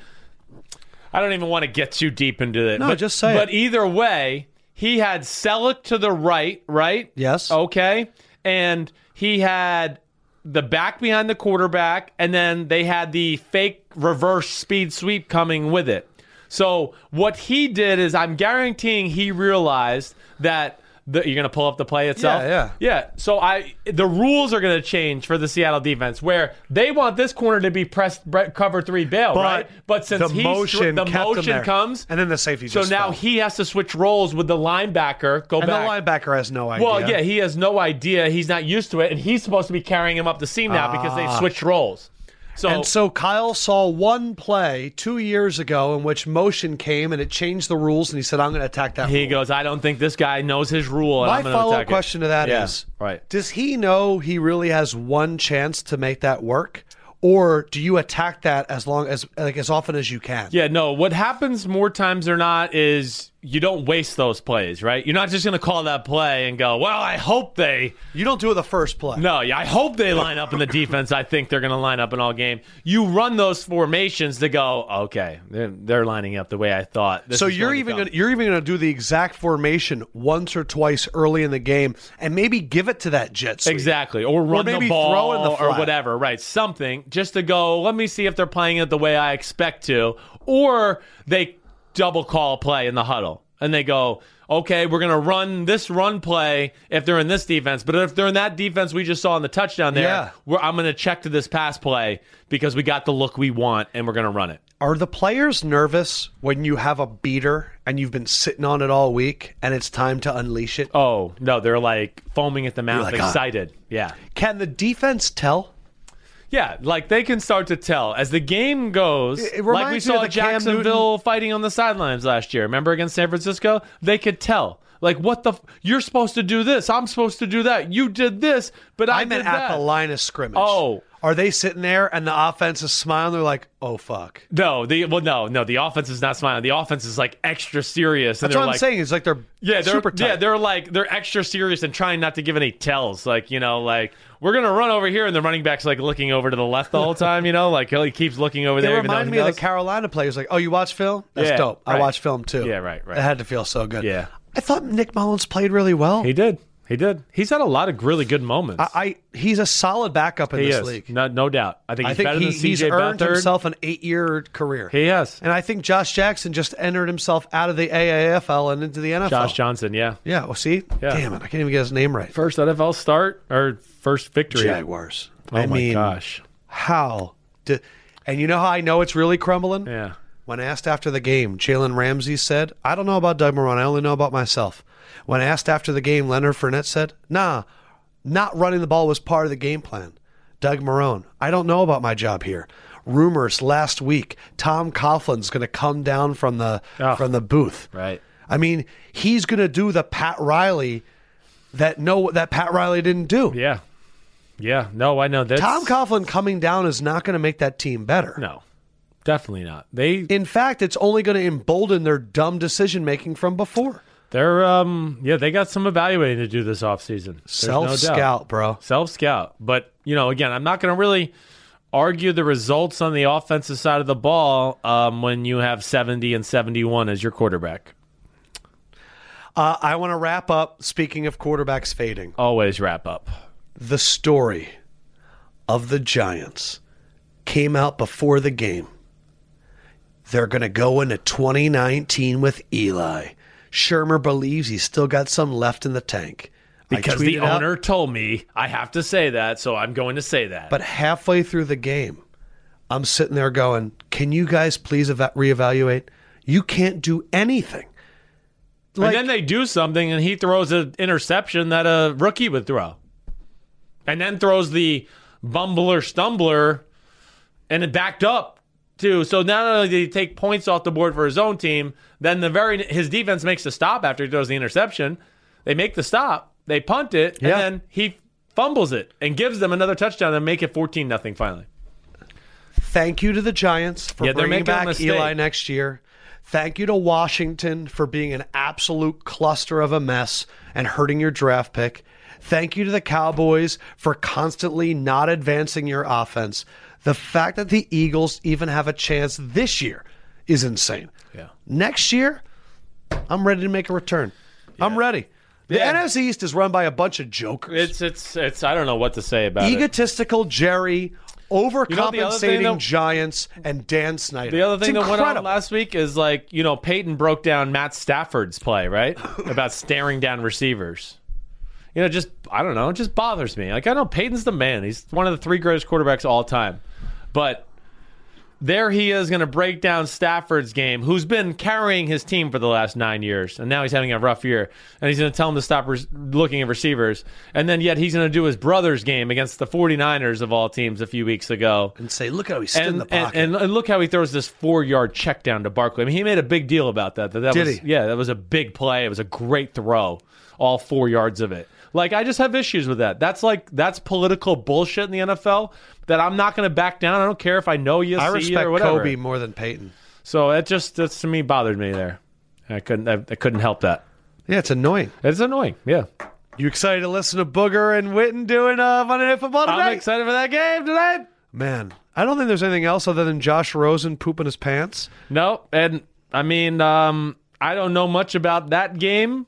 B: I don't even want to get too deep into it.
A: No,
B: but,
A: just say it.
B: But either way, he had Selleck to the right, right?
A: Yes.
B: Okay. And he had the back behind the quarterback, and then they had the fake reverse speed sweep coming with it. So what he did is, I'm guaranteeing he realized that the, you're going to pull up the play itself.
A: Yeah, yeah.
B: Yeah. So I the rules are going to change for the Seattle defense, where they want this corner to be pressed bre- cover three bail,
A: But
B: right? But since
A: the
B: he's
A: motion,
B: the
A: kept him
B: motion
A: there.
B: comes,
A: and then the safety.
B: so
A: just
B: now
A: fell.
B: he has to switch roles with the linebacker. Go
A: and
B: back.
A: the linebacker has no idea.
B: Well, yeah, he has no idea. He's not used to it, and he's supposed to be carrying him up the seam now because they switched roles. Ah. So,
A: and so Kyle saw one play two years ago in which motion came and it changed the rules, and he said, "I'm going to attack that."
B: he
A: rule."
B: goes, "I don't think this guy knows his rule." And
A: My
B: I'm gonna
A: follow-up
B: attack it."
A: question to that is:
B: Yeah, right.
A: Does he know he really has one chance to make that work, or do you attack that as long as like as often as you can?
B: Yeah, no. What happens more times than not is you don't waste those plays, right? You're not just going to call that play and go, "Well, I hope they."
A: You don't do it the first play.
B: No, yeah, I hope they line up in the defense. I think they're going to line up in all game. You run those formations to go, okay, they're, they're lining up the way I thought. This
A: so
B: is
A: you're
B: going to
A: even
B: come."
A: gonna, you're even going to do the exact formation once or twice early in the game, and maybe give it to that jet sweep.
B: Exactly. Or run
A: maybe
B: the ball
A: throw in the
B: or
A: flat.
B: whatever. Right. Something just to go, let me see if they're playing it the way I expect to. Or they double call play in the huddle and they go, okay, we're going to run this run play if they're in this defense. But if they're in that defense we just saw in the touchdown there,
A: Yeah.
B: we're, I'm going to check to this pass play because we got the look we want and we're going to run it.
A: Are the players nervous when you have a beater and you've been sitting on it all week, and it's time to unleash it?
B: Oh, no, they're like foaming at the mouth,
A: like, "Ah."
B: excited. Yeah.
A: Can the defense tell?
B: Yeah, like they can start to tell as the game goes.
A: it
B: like we
A: reminds me of
B: saw
A: the Cam
B: Jacksonville fighting on the sidelines last year. Remember against San Francisco? They could tell. Like what the? F- you're supposed to do this. I'm supposed to do that. You did this, but I
A: I meant
B: did
A: at the
B: that.
A: line of scrimmage.
B: Oh.
A: are they sitting there and the offense is smiling? They're like, "Oh fuck."
B: No, the well, no, no. The offense is not smiling. The offense is like extra serious. and
A: That's
B: they're
A: what I'm
B: like,
A: saying. It's like they're
B: Yeah, they're
A: super tight.
B: yeah, they're like they're extra serious and trying not to give any tells. Like you know, like we're gonna run over here, and the running back's like looking over to the left the whole time. You know, like he keeps looking over
A: They
B: there. even though
A: remind
B: he
A: me of the
B: knows.
A: Carolina players. Like, oh, you watch film? That's
B: Yeah,
A: dope. I
B: right.
A: watch film too.
B: Yeah, right, right.
A: It had to feel so good.
B: Yeah.
A: I thought Nick Mullins played really well.
B: He did. He did. He's had a lot of really good moments.
A: I he's a solid backup in
B: he
A: this
B: is.
A: league.
B: No, no doubt. I think
A: I
B: he's
A: think
B: better
A: he,
B: than
A: he's
B: CJ
A: earned
B: Beathard.
A: himself an eight-year career.
B: He has.
A: and I think Josh Jackson just entered himself out of the AAFL and into the NFL.
B: Josh Johnson, yeah.
A: Yeah. Well, see,
B: Yeah.
A: damn it, I can't even get his name right.
B: First NFL start or first victory.
A: Jaguars.
B: Oh
A: I
B: my
A: mean,
B: gosh.
A: how? Did, and you know how I know it's really crumbling?
B: Yeah.
A: When asked after the game, Jalen Ramsey said, I don't know about Doug Marone. I only know about myself. When asked after the game, Leonard Fournette said, Nah, not running the ball was part of the game plan. Doug Marone, I don't know about my job here. Rumors last week, Tom Coughlin's going to come down from the
B: Ugh.
A: from the booth.
B: Right.
A: I mean, he's going to do the Pat Riley that no that Pat Riley didn't do.
B: Yeah. Yeah. No, I know that.
A: Tom Coughlin coming down is not going to make that team better.
B: No. Definitely not. They
A: In fact, it's only going to embolden their dumb decision making from before.
B: they're um yeah, they got some evaluating to do this offseason. There's no
A: Self
B: doubt.
A: scout, bro.
B: Self scout. But, you know, again, I'm not going to really argue the results on the offensive side of the ball um, when you have 70 and 71 as your quarterback.
A: Uh, I want to wrap up. Speaking of quarterbacks fading,
B: Always wrap up.
A: the story of the Giants came out before the game. They're going to go into 2019 with Eli. Shermer believes he's still got some left in the tank. I
B: Because the
A: tweeted out-
B: owner told me I have to say that, so I'm going to say that.
A: But halfway through the game, I'm sitting there going, "Can you guys please eva- reevaluate? You can't do anything." Like,
B: and then they do something, and he throws an interception that a rookie would throw, and then throws the bumbler stumbler, and it backed up too. So not only did he take points off the board for his own team, then the very his defense makes the stop after he throws the interception. They make the stop, they punt it,
A: Yeah.
B: and then he fumbles it and gives them another touchdown and make it fourteen nothing finally.
A: thank you to the Giants for
B: Yeah, they're
A: bringing
B: making a
A: back
B: mistake.
A: Eli next year. Thank you to Washington for being an absolute cluster of a mess and hurting your draft pick. Thank you to the Cowboys for constantly not advancing your offense. The fact that the Eagles even have a chance this year is insane.
B: Yeah.
A: Next year, I'm ready to make a return. I'm ready. The
B: Yeah.
A: NFC East is run by a bunch of jokers.
B: It's it's it's I don't know what to say about it.
A: Egotistical Jerry, overcompensating
B: know the other thing that-
A: Giants, and Dan Snyder.
B: The other thing
A: It's
B: that went on
A: incredible.
B: last week is like, you know, Peyton broke down Matt Stafford's play, right? About staring down receivers. You know, just I don't know, it just bothers me. Like I know Peyton's the man. He's one of the three greatest quarterbacks of all time. But there he is going to break down Stafford's game, who's been carrying his team for the last nine years, and now he's having a rough year. And he's going to tell him to stop re- looking at receivers. And then yet he's going to do his brother's game against the 49ers of all teams a few weeks ago
A: and say, look how he's stood in
B: and,
A: the pocket.
B: And, and look how he throws this four yard check down to Barkley. I mean, he made a big deal about that. That, that
A: Did
B: was
A: he?
B: yeah, that was a big play. It was a great throw, all four yards of it. Like I just have issues with that. That's like that's political bullshit in the NFL that I'm not going to back down. I don't care if I know you,
A: I
B: see you,
A: respect
B: or whatever.
A: Kobe more than Peyton.
B: So it just that's to me bothered me there. I couldn't I, I couldn't help that.
A: Yeah, it's annoying.
B: It's annoying. Yeah,
A: You excited to listen to Booger and Witten doing uh, Monday Night Football today?
B: I'm excited for that game tonight.
A: Man, I don't think there's anything else other than Josh Rosen pooping his pants.
B: No, and I mean, um, I don't know much about that game.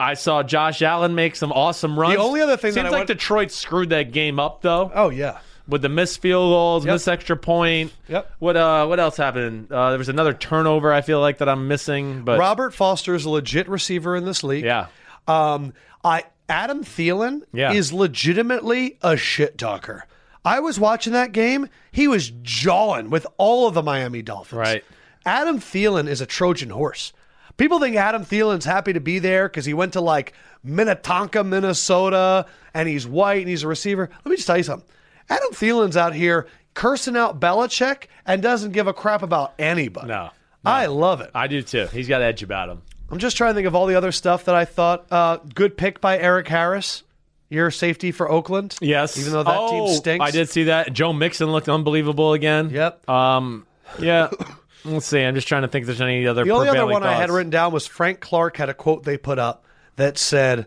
B: I saw Josh Allen make some awesome runs.
A: only other thing that
B: seems
A: I
B: like
A: want-
B: Detroit screwed that game up though
A: Oh, yeah.
B: with the missed field goals, missed extra point.
A: Yep.
B: What uh, what else happened? Uh, there was another turnover. I feel like that I'm missing, but
A: Robert Foster is a legit receiver in this league.
B: yeah,
A: Um, I Adam Thielen
B: Yeah.
A: is legitimately a shit talker. I was watching that game. He was jawing with all of the Miami Dolphins.
B: Right.
A: Adam Thielen is a Trojan horse. People think Adam Thielen's happy to be there because he went to like Minnetonka, Minnesota, and he's white and he's a receiver. Let me just tell you something. Adam Thielen's out here cursing out Belichick and doesn't give a crap about anybody.
B: No,
A: I love it.
B: I do too. He's got edge about him.
A: I'm just trying to think of all the other stuff that I thought. Uh, good pick by Eric Harris, your safety for Oakland.
B: Yes,
A: Even though that
B: oh,
A: team stinks.
B: I did see that. Joe Mixon looked unbelievable again.
A: Yep.
B: Um. Yeah. Let's see. I'm just trying to think. if There's any other
A: the only other
B: prevailing
A: one I had
B: thoughts.
A: written down was Frank Clark had a quote they put up that said,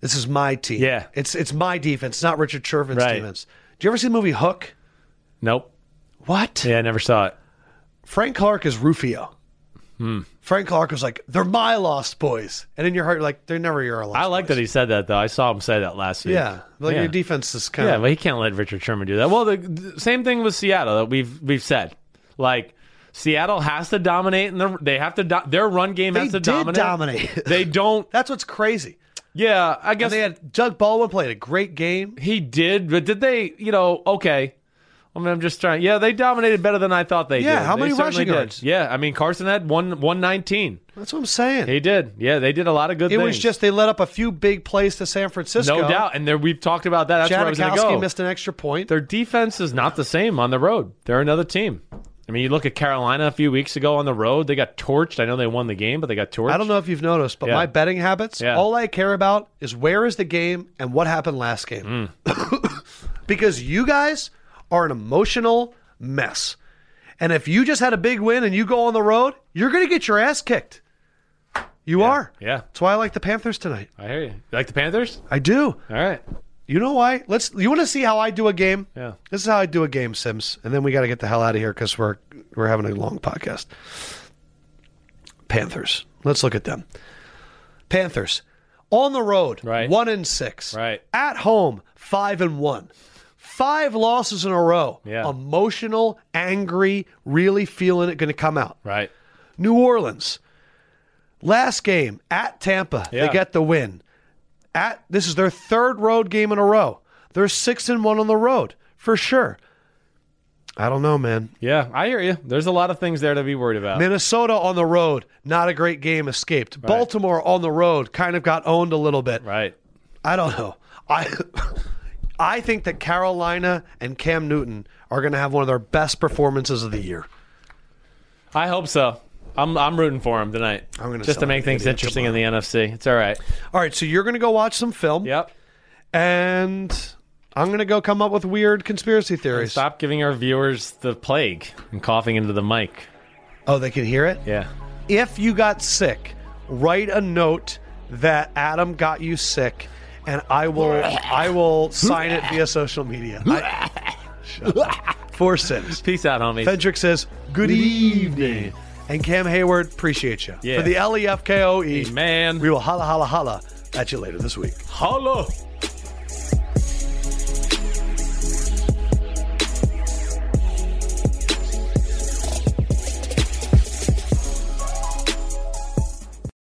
A: "This is my team.
B: Yeah.
A: it's it's my defense, not Richard Sherman's
B: Right.
A: defense." Do you ever see the movie Hook?
B: Nope.
A: What?
B: Yeah, I never saw it.
A: Frank Clark is Rufio.
B: Hmm.
A: Frank Clark was like, "They're my lost boys," and in your heart, you're like, "They're never your lost."
B: I like that he said that though. I saw him say that last week.
A: Yeah, like
B: Yeah.
A: your defense is kind
B: Yeah,
A: of
B: but he can't let Richard Sherman do that. Well, the, the same thing with Seattle that we've we've said. Like Seattle has to dominate, and the- they have to. Do, their run game
A: they
B: has to
A: did
B: dominate.
A: dominate.
B: They don't.
A: That's what's crazy.
B: Yeah, I guess
A: And they had Doug Baldwin played a great game.
B: he did, but did they? You know, okay. I mean, I'm just trying. Yeah, they dominated better than I thought they did.
A: Yeah, how
B: They
A: many
B: certainly
A: rushing
B: did.
A: yards?
B: Yeah, I mean Carson had one one nineteen.
A: That's what I'm saying.
B: He did. Yeah, they did a lot of good
A: it
B: things.
A: was just they let up a few big plays to San Francisco.
B: no doubt, and there we've talked about that. That's where I was going to
A: Janikowski
B: go.
A: missed an extra point.
B: their defense is not the same on the road. They're another team. I mean, you look at Carolina a few weeks ago on the road. They got torched. I know they won the game, but they got torched.
A: I don't know if you've noticed, but
B: Yeah.
A: my betting habits,
B: Yeah.
A: all I care about is where is the game and what happened last game.
B: Mm.
A: because you guys are an emotional mess. And if you just had a big win and you go on the road, you're going to get your ass kicked. You are.
B: Yeah,
A: That's why I like the Panthers tonight.
B: I hear you. You like the Panthers?
A: I do.
B: All right.
A: You know why? Let's. You want to see how I do a game?
B: Yeah.
A: This is how I do a game, Sims. And then we got to get the hell out of here because we're we're having a long podcast. Panthers. Let's look at them. Panthers on the road,
B: Right.
A: One and six,
B: Right.
A: At home, five and one. Five losses in a row.
B: Yeah.
A: Emotional, angry, really feeling it. Going to come out.
B: Right.
A: New Orleans. Last game at Tampa,
B: Yeah.
A: they get the win. At this is their third road game in a row. They're six and one on the road for sure. I don't know, man.
B: Yeah, I hear you. There's a lot of things there to be worried about.
A: Minnesota on the road, not a great game escaped. Baltimore on the road, kind of got owned a little bit.
B: Right.
A: I don't know. I I think that Carolina and Cam Newton are going to have one of their best performances of the year.
B: I hope so. I'm I'm rooting for him tonight.
A: I'm gonna
B: just to
A: sound
B: make
A: like an
B: things
A: idiot
B: interesting in the NFC. It's all right.
A: All right, so you're going to go watch some film.
B: Yep.
A: and I'm gonna go come up with weird conspiracy theories.
B: Stop giving our viewers the plague and coughing into the mic.
A: Oh, they can hear it.
B: Yeah.
A: If you got sick, write a note that Adam got you sick, and I will I will sign it via social media. I, Shut up. Four sims.
B: Peace out, homies.
A: Fendrick says good evening, and Cam Hayward appreciate you
B: Yeah.
A: for the L E F K O E.
B: Man.
A: we will holla holla holla at you later this week.
B: Hello.